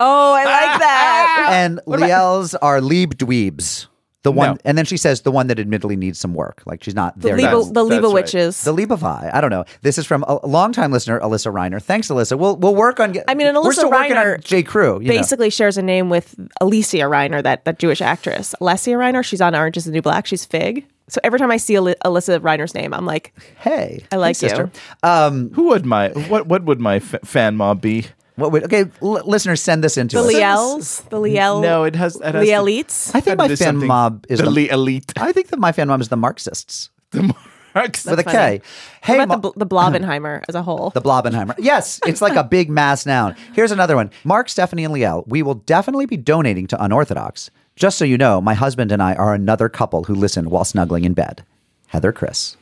Speaker 2: oh, I like that.
Speaker 1: and Liel's are Liebdweebs. The one,
Speaker 3: No.
Speaker 1: and then she says the one that admittedly needs some work. Like she's not
Speaker 2: The
Speaker 1: there. yet.
Speaker 2: Lebo, the
Speaker 3: that's
Speaker 2: Lebo
Speaker 3: right.
Speaker 2: witches.
Speaker 1: The Leapovai. I don't know. This is from a a longtime listener, Alyssa Reiner. Thanks, Alyssa. We'll we'll work on. Get,
Speaker 2: I mean, and
Speaker 1: we're
Speaker 2: Alyssa
Speaker 1: still working on
Speaker 2: Reiner
Speaker 1: J Crew. You know.
Speaker 2: basically shares a name with Alicia Reiner, that, that Jewish actress. Alessia Reiner, she's on Orange is the New Black. She's Fig. So every time I see Ali- Alyssa Reiner's name, I'm like,
Speaker 1: Hey,
Speaker 2: I like
Speaker 1: Hey, sister. Um,
Speaker 2: you.
Speaker 3: Who would my what? What would my f- fan mob be?
Speaker 1: What would okay, l- listeners, send this into
Speaker 2: the
Speaker 1: us.
Speaker 2: Liels, the Liel.
Speaker 3: No, it has- it has to-
Speaker 2: Lielites.
Speaker 1: I think
Speaker 3: That
Speaker 1: my
Speaker 3: is
Speaker 1: fan
Speaker 3: something-
Speaker 1: mob is
Speaker 3: the
Speaker 1: the,
Speaker 3: le- elite.
Speaker 1: I think that my fan mob is the Marxists
Speaker 3: The marks.
Speaker 1: with a K.
Speaker 2: funny.
Speaker 1: Hey,
Speaker 2: What about
Speaker 1: Mo-
Speaker 2: the, the Blobenheimer as a whole?
Speaker 1: The Blobenheimer. Yes, it's like a big mass noun. Here's another one. Mark, Stephanie, and Liel, we will definitely be donating to Unorthodox. Just so you know, my husband and I are another couple who listen while snuggling in bed. Heather Chris.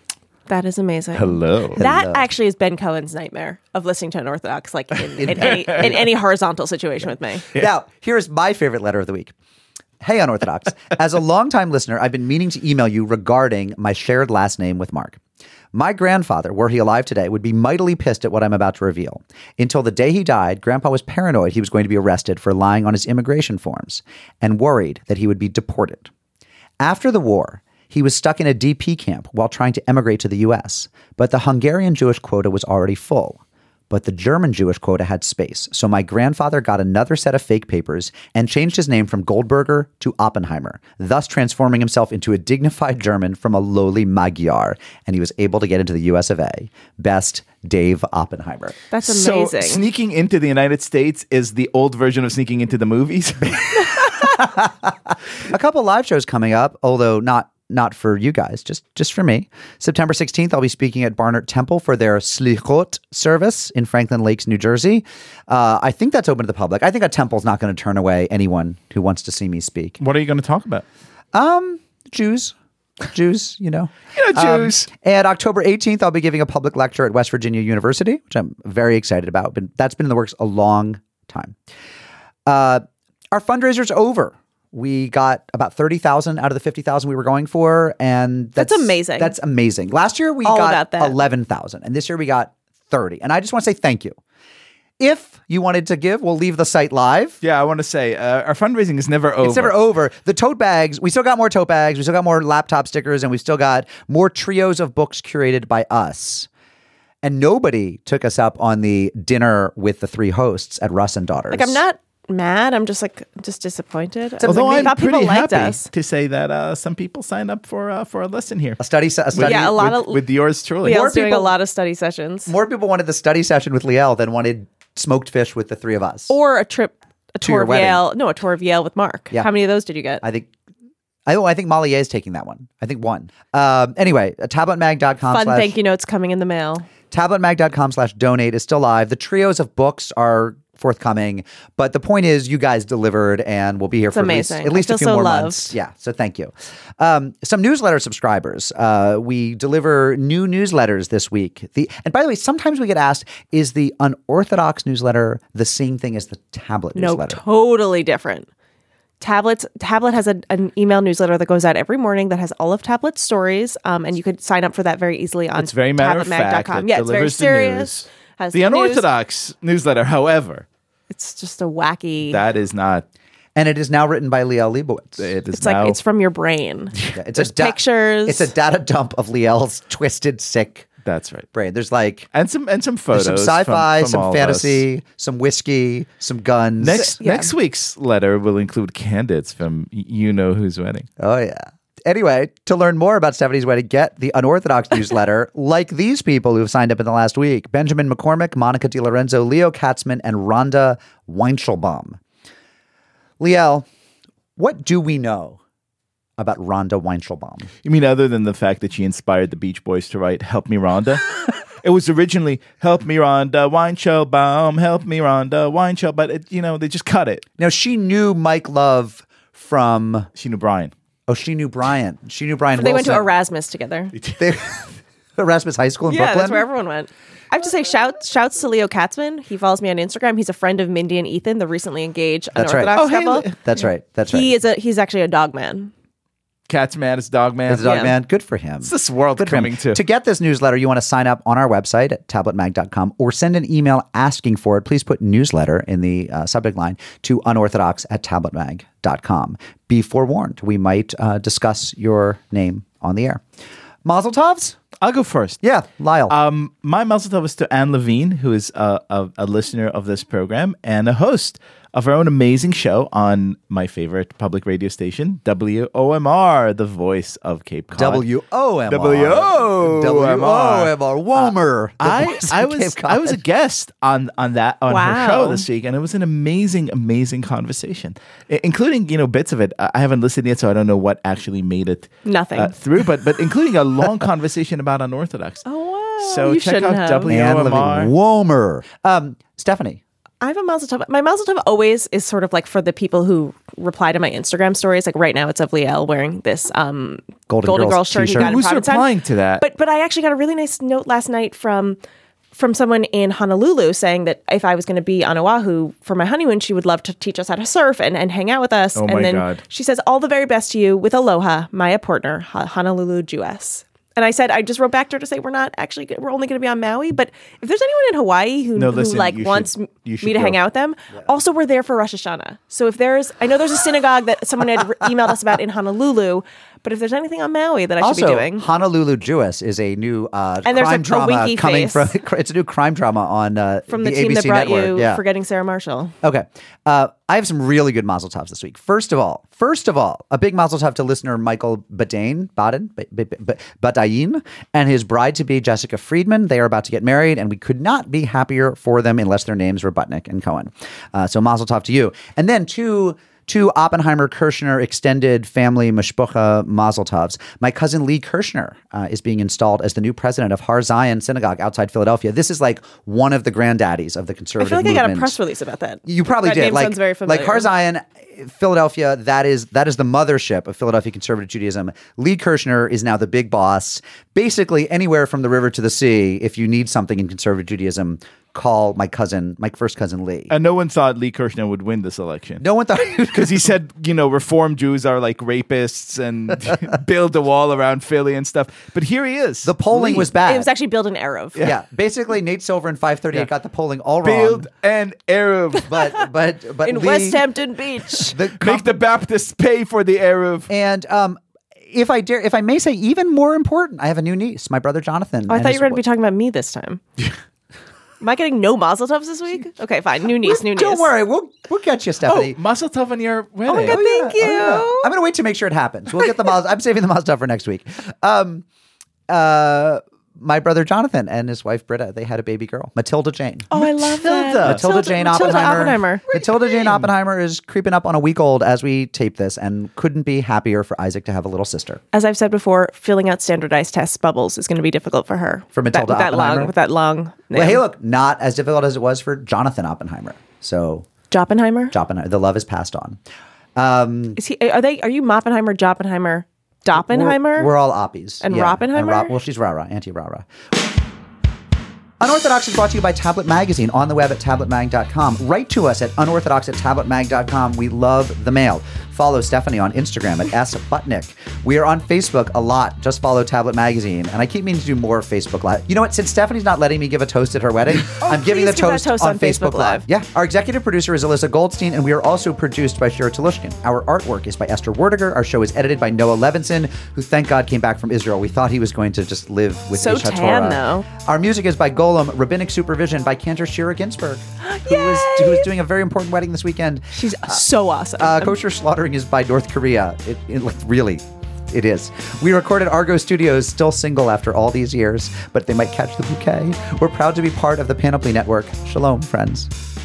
Speaker 2: that is amazing.
Speaker 3: Hello.
Speaker 2: That actually is Ben Cohen's nightmare of listening to unorthodox, like in, in, any, in any horizontal situation with me.
Speaker 1: Now, here's my favorite letter of the week. Hey, Unorthodox. As a longtime listener, I've been meaning to email you regarding my shared last name with Mark. My grandfather, were he alive today, would be mightily pissed at what I'm about to reveal. Until the day he died, Grandpa was paranoid he was going to be arrested for lying on his immigration forms and worried that he would be deported. After the war, he was stuck in a DP camp while trying to emigrate to the US, but the Hungarian Jewish quota was already full. But the German Jewish quota had space, so my grandfather got another set of fake papers and changed his name from Goldberger to Oppenheimer, thus transforming himself into a dignified German from a lowly Magyar, and he was able to get into the US of A. Best Dave Oppenheimer.
Speaker 2: That's
Speaker 3: So
Speaker 2: amazing.
Speaker 3: sneaking into the United States is the old version of sneaking into the movies.
Speaker 1: a couple live shows coming up, although not not for you guys, just just for me. September 16th, I'll be speaking at Barnard Temple for their Slichot service in Franklin Lakes, New Jersey. Uh, I think that's open to the public. I think a temple's not going to turn away anyone who wants to see me speak.
Speaker 3: what are you going to talk about?
Speaker 1: Jews, Jews, you know.
Speaker 3: You know, Jews.
Speaker 1: And October 18th, I'll be giving a public lecture at West Virginia University, which I'm very excited about. Been, that's been in the works a long time. Uh, our fundraiser's over. We got about 30,000 out of the 50,000 we were going for. And that's,
Speaker 2: That's amazing.
Speaker 1: That's amazing. Last year, we
Speaker 2: All
Speaker 1: got
Speaker 2: about that.
Speaker 1: 11,000. And this year, we got 30. And I just want to say thank you. If you wanted to give, we'll leave the site live.
Speaker 3: Yeah, I want to say uh, our fundraising is never over.
Speaker 1: It's never over. The tote bags, we still got more tote bags, we still got more laptop stickers, and we've still got more trios of books curated by us. And nobody took us up on the dinner with the three hosts at Russ and Daughters.
Speaker 2: like I'm not mad. I'm just like just disappointed. I
Speaker 3: Although
Speaker 2: mean,
Speaker 3: I'm
Speaker 2: thought people
Speaker 3: pretty
Speaker 2: liked
Speaker 3: happy
Speaker 2: us.
Speaker 3: to say that uh, some people signed up for uh, for a lesson here.
Speaker 1: A study, se- a study
Speaker 2: Yeah, a lot
Speaker 3: with,
Speaker 2: of
Speaker 3: with yours truly.
Speaker 2: we
Speaker 1: More
Speaker 2: are doing a
Speaker 1: people-
Speaker 2: lot of study sessions
Speaker 1: more people wanted the study session with Liel than wanted smoked fish with the three of us.
Speaker 2: or a trip, a
Speaker 1: your
Speaker 2: tour of
Speaker 1: wedding.
Speaker 2: Yale. No, a tour of Yale with Mark.
Speaker 1: Yeah.
Speaker 2: How many of those did you get?
Speaker 1: I think. I, oh, I think Molly is taking that one. I think one. Um, anyway, uh, tabletmag.com.
Speaker 2: Fun
Speaker 1: slash-
Speaker 2: thank you notes coming in the mail.
Speaker 1: tabletmag.com slash donate is still live. The trios of books are forthcoming, but the point is you guys delivered and we'll be here for at least-
Speaker 2: amazing.
Speaker 1: at least,
Speaker 2: I feel
Speaker 1: a few
Speaker 2: so
Speaker 1: more
Speaker 2: loved.
Speaker 1: months. Yeah. So thank you. Um, some newsletter subscribers. Uh, we deliver new newsletters this week. The And by the way, sometimes we get asked, is the unorthodox newsletter the same thing as the tablet
Speaker 2: No,
Speaker 1: newsletter?
Speaker 2: totally different. Tablets Tablet has a, an email newsletter that goes out every morning that has all of Tablet's stories, um, and you could sign up for that very easily on
Speaker 3: It's very matter of fact.
Speaker 2: tabletmag.com.
Speaker 3: It
Speaker 2: Yeah, it's very
Speaker 3: delivers the
Speaker 2: serious.
Speaker 3: news.
Speaker 2: has
Speaker 3: The
Speaker 2: news.
Speaker 3: unorthodox newsletter, however,
Speaker 2: It's just a wacky.
Speaker 3: that is not.
Speaker 1: and it is now written by Liel Leibowitz.
Speaker 3: It is
Speaker 2: it's like
Speaker 3: now-
Speaker 2: it's from your brain.
Speaker 1: Yeah, it's a da-
Speaker 2: pictures.
Speaker 1: It's a data dump of Liel's twisted, sick
Speaker 3: that's right.
Speaker 1: brain. There's like
Speaker 3: And some and some photos.
Speaker 1: There's some sci-fi,
Speaker 3: from- from all
Speaker 1: some
Speaker 3: of us.
Speaker 1: fantasy, some whiskey, some guns.
Speaker 3: Next
Speaker 2: Yeah.
Speaker 3: next week's letter will include candidates from y- you know who's wedding.
Speaker 1: Oh yeah. Anyway, to learn more about Stephanie's way to get the unorthodox newsletter, like these people who've signed up in the last week, Benjamin McCormick, Monica DiLorenzo, Leo Katzman, and Rhonda Weinchelbaum. Liel, what do we know about Rhonda Weinchelbaum?
Speaker 3: You mean other than the fact that she inspired the Beach Boys to write "Help Me, Rhonda"? it was originally "Help Me, Rhonda, Weinschelbaum, Help Me, Rhonda, Weinschel," but it, you know they just cut it.
Speaker 1: Now she knew Mike Love from
Speaker 3: She knew Brian.
Speaker 1: oh she knew Brian. She knew Brian.
Speaker 2: They went to
Speaker 1: Wilson.
Speaker 2: Erasmus together.
Speaker 1: They- Erasmus High School in
Speaker 2: Yeah,
Speaker 1: Brooklyn.
Speaker 2: that's where everyone went. I have to say, shout, shouts to Leo Katzman. He follows me on Instagram. He's a friend of Mindy and Ethan, the recently engaged
Speaker 1: That's right.
Speaker 2: unorthodox
Speaker 3: Oh, hey,
Speaker 2: couple.
Speaker 3: Li-
Speaker 1: That's right. That's right.
Speaker 2: He is a he's actually a dog man.
Speaker 3: cat's mad, it's dog mad.
Speaker 1: As a dog
Speaker 2: Yeah.
Speaker 1: man, good for him. It's
Speaker 3: this world coming to.
Speaker 1: To get this newsletter, you want to sign up on our website at tabletmag.com or send an email asking for it. Please put newsletter in the uh, subject line to unorthodox at tabletmag.com. Be forewarned, we might uh, discuss your name on the air. Mazel tovs?
Speaker 3: I'll go first.
Speaker 1: Yeah, Lyle.
Speaker 3: Um, my mazel tov is to Anne Levine, who is a, a, a listener of this program and a host of her own amazing show on my favorite public radio station, WOMR, the voice of Cape Cod.
Speaker 1: W O M R.
Speaker 3: W O M R.
Speaker 1: W O M R. Womer. the
Speaker 3: I,
Speaker 1: voice of
Speaker 3: I
Speaker 1: Cape
Speaker 3: was
Speaker 1: Cod.
Speaker 3: I was a guest on on that on her
Speaker 2: Wow.
Speaker 3: show this week, and it was an amazing amazing conversation, I- including you know bits of it. I I haven't listened yet, so I don't know what actually made it
Speaker 2: Nothing.
Speaker 3: uh, through, but but including a long conversation about unorthodox. Oh
Speaker 2: wow.
Speaker 3: So
Speaker 2: You
Speaker 3: check
Speaker 2: shouldn't
Speaker 3: out
Speaker 2: have.
Speaker 1: Anne
Speaker 3: WOMR.
Speaker 1: Levine. Womer. Um, Stephanie.
Speaker 2: I have a mazel tov. My mazel tov always is sort of like for the people who reply to my Instagram stories. Like right now, it's of Liel wearing this um,
Speaker 1: Golden Girls
Speaker 2: shirt. he
Speaker 1: t-shirt.
Speaker 2: got in
Speaker 3: Who's
Speaker 2: Provincetown.
Speaker 3: replying to that?
Speaker 2: But but I actually got a really nice note last night from from someone in Honolulu saying that if I was going to be on Oahu for my honeymoon, she would love to teach us how to surf and, and hang out with us.
Speaker 3: Oh
Speaker 2: and
Speaker 3: my
Speaker 2: then
Speaker 3: God.
Speaker 2: she says, "All the very best to you with aloha, Maya Portner, Ho- Honolulu Jewess." And I said, I just wrote back to her to say we're not actually we're only going to be on Maui, but if there's anyone in Hawaii who,
Speaker 3: No,
Speaker 2: who
Speaker 3: listen,
Speaker 2: like
Speaker 3: you should-
Speaker 2: wants
Speaker 3: you
Speaker 2: m- me
Speaker 3: should
Speaker 2: to hang
Speaker 3: go.
Speaker 2: out with them, also we're there for Rosh Hashanah. So if there's, I know there's a synagogue that someone had re- emailed us about in Honolulu, but if there's anything on Maui that I should be
Speaker 1: also,
Speaker 2: doing,
Speaker 1: Honolulu Jewess is a new uh,
Speaker 2: And there's
Speaker 1: crime
Speaker 2: a
Speaker 1: drama
Speaker 2: Krawinki
Speaker 1: coming
Speaker 2: face.
Speaker 1: from. It's a new crime drama on uh,
Speaker 2: from the, team that
Speaker 1: ABC
Speaker 2: brought
Speaker 1: network.
Speaker 2: you
Speaker 1: yeah.
Speaker 2: forgetting Sarah Marshall.
Speaker 1: Okay. Uh, I have some really good mazel tovs this week. First of all, first of all, a big mazel tov to listener Michael Badane, Baden, B- B- B- Badain, and his bride-to-be Jessica Friedman. They are about to get married, and we could not be happier for them unless their names were Butnick and Cohen. Uh, so mazel tov to you. And then to to Oppenheimer Kirshner extended family mishpucha mazel tovs. My cousin Lee Kirshner uh, is being installed as the new president of Har Zion Synagogue outside Philadelphia. This is like one of the granddaddies of the
Speaker 2: I
Speaker 1: conservative
Speaker 2: feel like I got a
Speaker 1: movement.
Speaker 2: press release about that.
Speaker 1: You probably
Speaker 2: that
Speaker 1: did.
Speaker 2: Name
Speaker 1: like,
Speaker 2: sounds very familiar.
Speaker 1: like Harzion, Philadelphia. That is that is the mothership of Philadelphia conservative Judaism. Lee Kirshner is now the big boss. Basically, anywhere from the river to the sea. If you need something in conservative Judaism, call my cousin, my first cousin Lee.
Speaker 3: And no one thought Lee Kirshner would win this election.
Speaker 1: no one thought
Speaker 3: Because he said, you know, reform Jews are like rapists and build a wall around Philly and stuff. But here he is.
Speaker 1: the polling
Speaker 3: Lee.
Speaker 1: was bad.
Speaker 2: It was actually built in Erev.
Speaker 1: yeah. Basically, Nate Silver and 538
Speaker 3: Yeah.
Speaker 1: got the polling all
Speaker 3: Build
Speaker 1: wrong.
Speaker 3: an Arab.
Speaker 1: But but but
Speaker 2: in
Speaker 1: Lee-
Speaker 2: West Hampton Beach.
Speaker 1: the
Speaker 3: Make the Baptists pay for the Arab.
Speaker 1: and um. If I dare, if I may say, even more important, I have a new niece, my brother Jonathan.
Speaker 2: Oh, I
Speaker 1: and
Speaker 2: thought
Speaker 1: his
Speaker 2: you were going
Speaker 1: wi-
Speaker 2: to be talking about me this time. Am I getting no mazel tovs this week? Okay, fine. New niece, new niece.
Speaker 1: Don't worry, Oh, we'll we'll get you, Stephanie.
Speaker 3: Oh, Mazel Tov on your wedding.
Speaker 2: God, Thank you.
Speaker 1: I'm gonna wait to make sure it happens. We'll get the Mazda. I'm saving the Mazda for next week. Um, uh, my brother Jonathan and his wife Britta, they had a baby girl, Matilda Jane.
Speaker 2: Oh, I love that.
Speaker 3: Matilda.
Speaker 1: Matilda, Jane
Speaker 2: Matilda
Speaker 1: Oppenheimer.
Speaker 2: Oppenheimer.
Speaker 1: Matilda Jane Oppenheimer is creeping up on a week old as we tape this, and couldn't be happier for Isaac to have a little sister.
Speaker 2: As I've said before, filling out standardized tests bubbles is going to be difficult for her.
Speaker 1: For
Speaker 2: With
Speaker 1: Matilda
Speaker 2: that, with that
Speaker 1: Oppenheimer?
Speaker 2: long, with that long. Name.
Speaker 1: Well, hey, look, not as difficult as it was for Jonathan Oppenheimer. So,
Speaker 2: Joppenheimer.
Speaker 1: Oppenheimer, the love is passed on.
Speaker 2: is he? Are they? Are you Moppenheimer, Joppenheimer, Doppenheimer?
Speaker 1: We're, we're all oppies.
Speaker 2: And
Speaker 1: And
Speaker 2: Roppenheimer?
Speaker 1: Rop- well, she's Rara, anti Rara. Unorthodox is brought to you by Tablet Magazine on the web at tabletmag.com. Write to us at unorthodox at tabletmag.com. We love the mail. Follow Stephanie on Instagram at S Butnick. We are on Facebook a lot. Just follow Tablet Magazine. And I keep meaning to do more Facebook Live. You know what? Since Stephanie's not letting me give a toast at her wedding, I'm giving the
Speaker 2: Oh, please give that
Speaker 1: toast,
Speaker 2: toast
Speaker 1: on,
Speaker 2: on
Speaker 1: Facebook,
Speaker 2: Facebook
Speaker 1: Live.
Speaker 2: Live.
Speaker 1: Yeah. Our executive producer is Alyssa Goldstein, and we are also produced by Shira Talushkin. Our artwork is by Esther Werdiger. Our show is edited by Noah Levinson, who thank God came back from Israel. We thought he was going to just live with
Speaker 2: So
Speaker 1: Ish HaTorah.
Speaker 2: tan, though.
Speaker 1: Our music is by Golem, Rabbinic Supervision by Cantor Shira Ginsburg, who is, who is doing a very important wedding this weekend.
Speaker 2: She's so awesome.
Speaker 1: Uh, kosher slaughtering is by North Korea. It, it like really, it is. We recorded Argo Studios, still single after all these years, but they might catch the bouquet. We're proud to be part of the Panoply Network. Shalom, friends.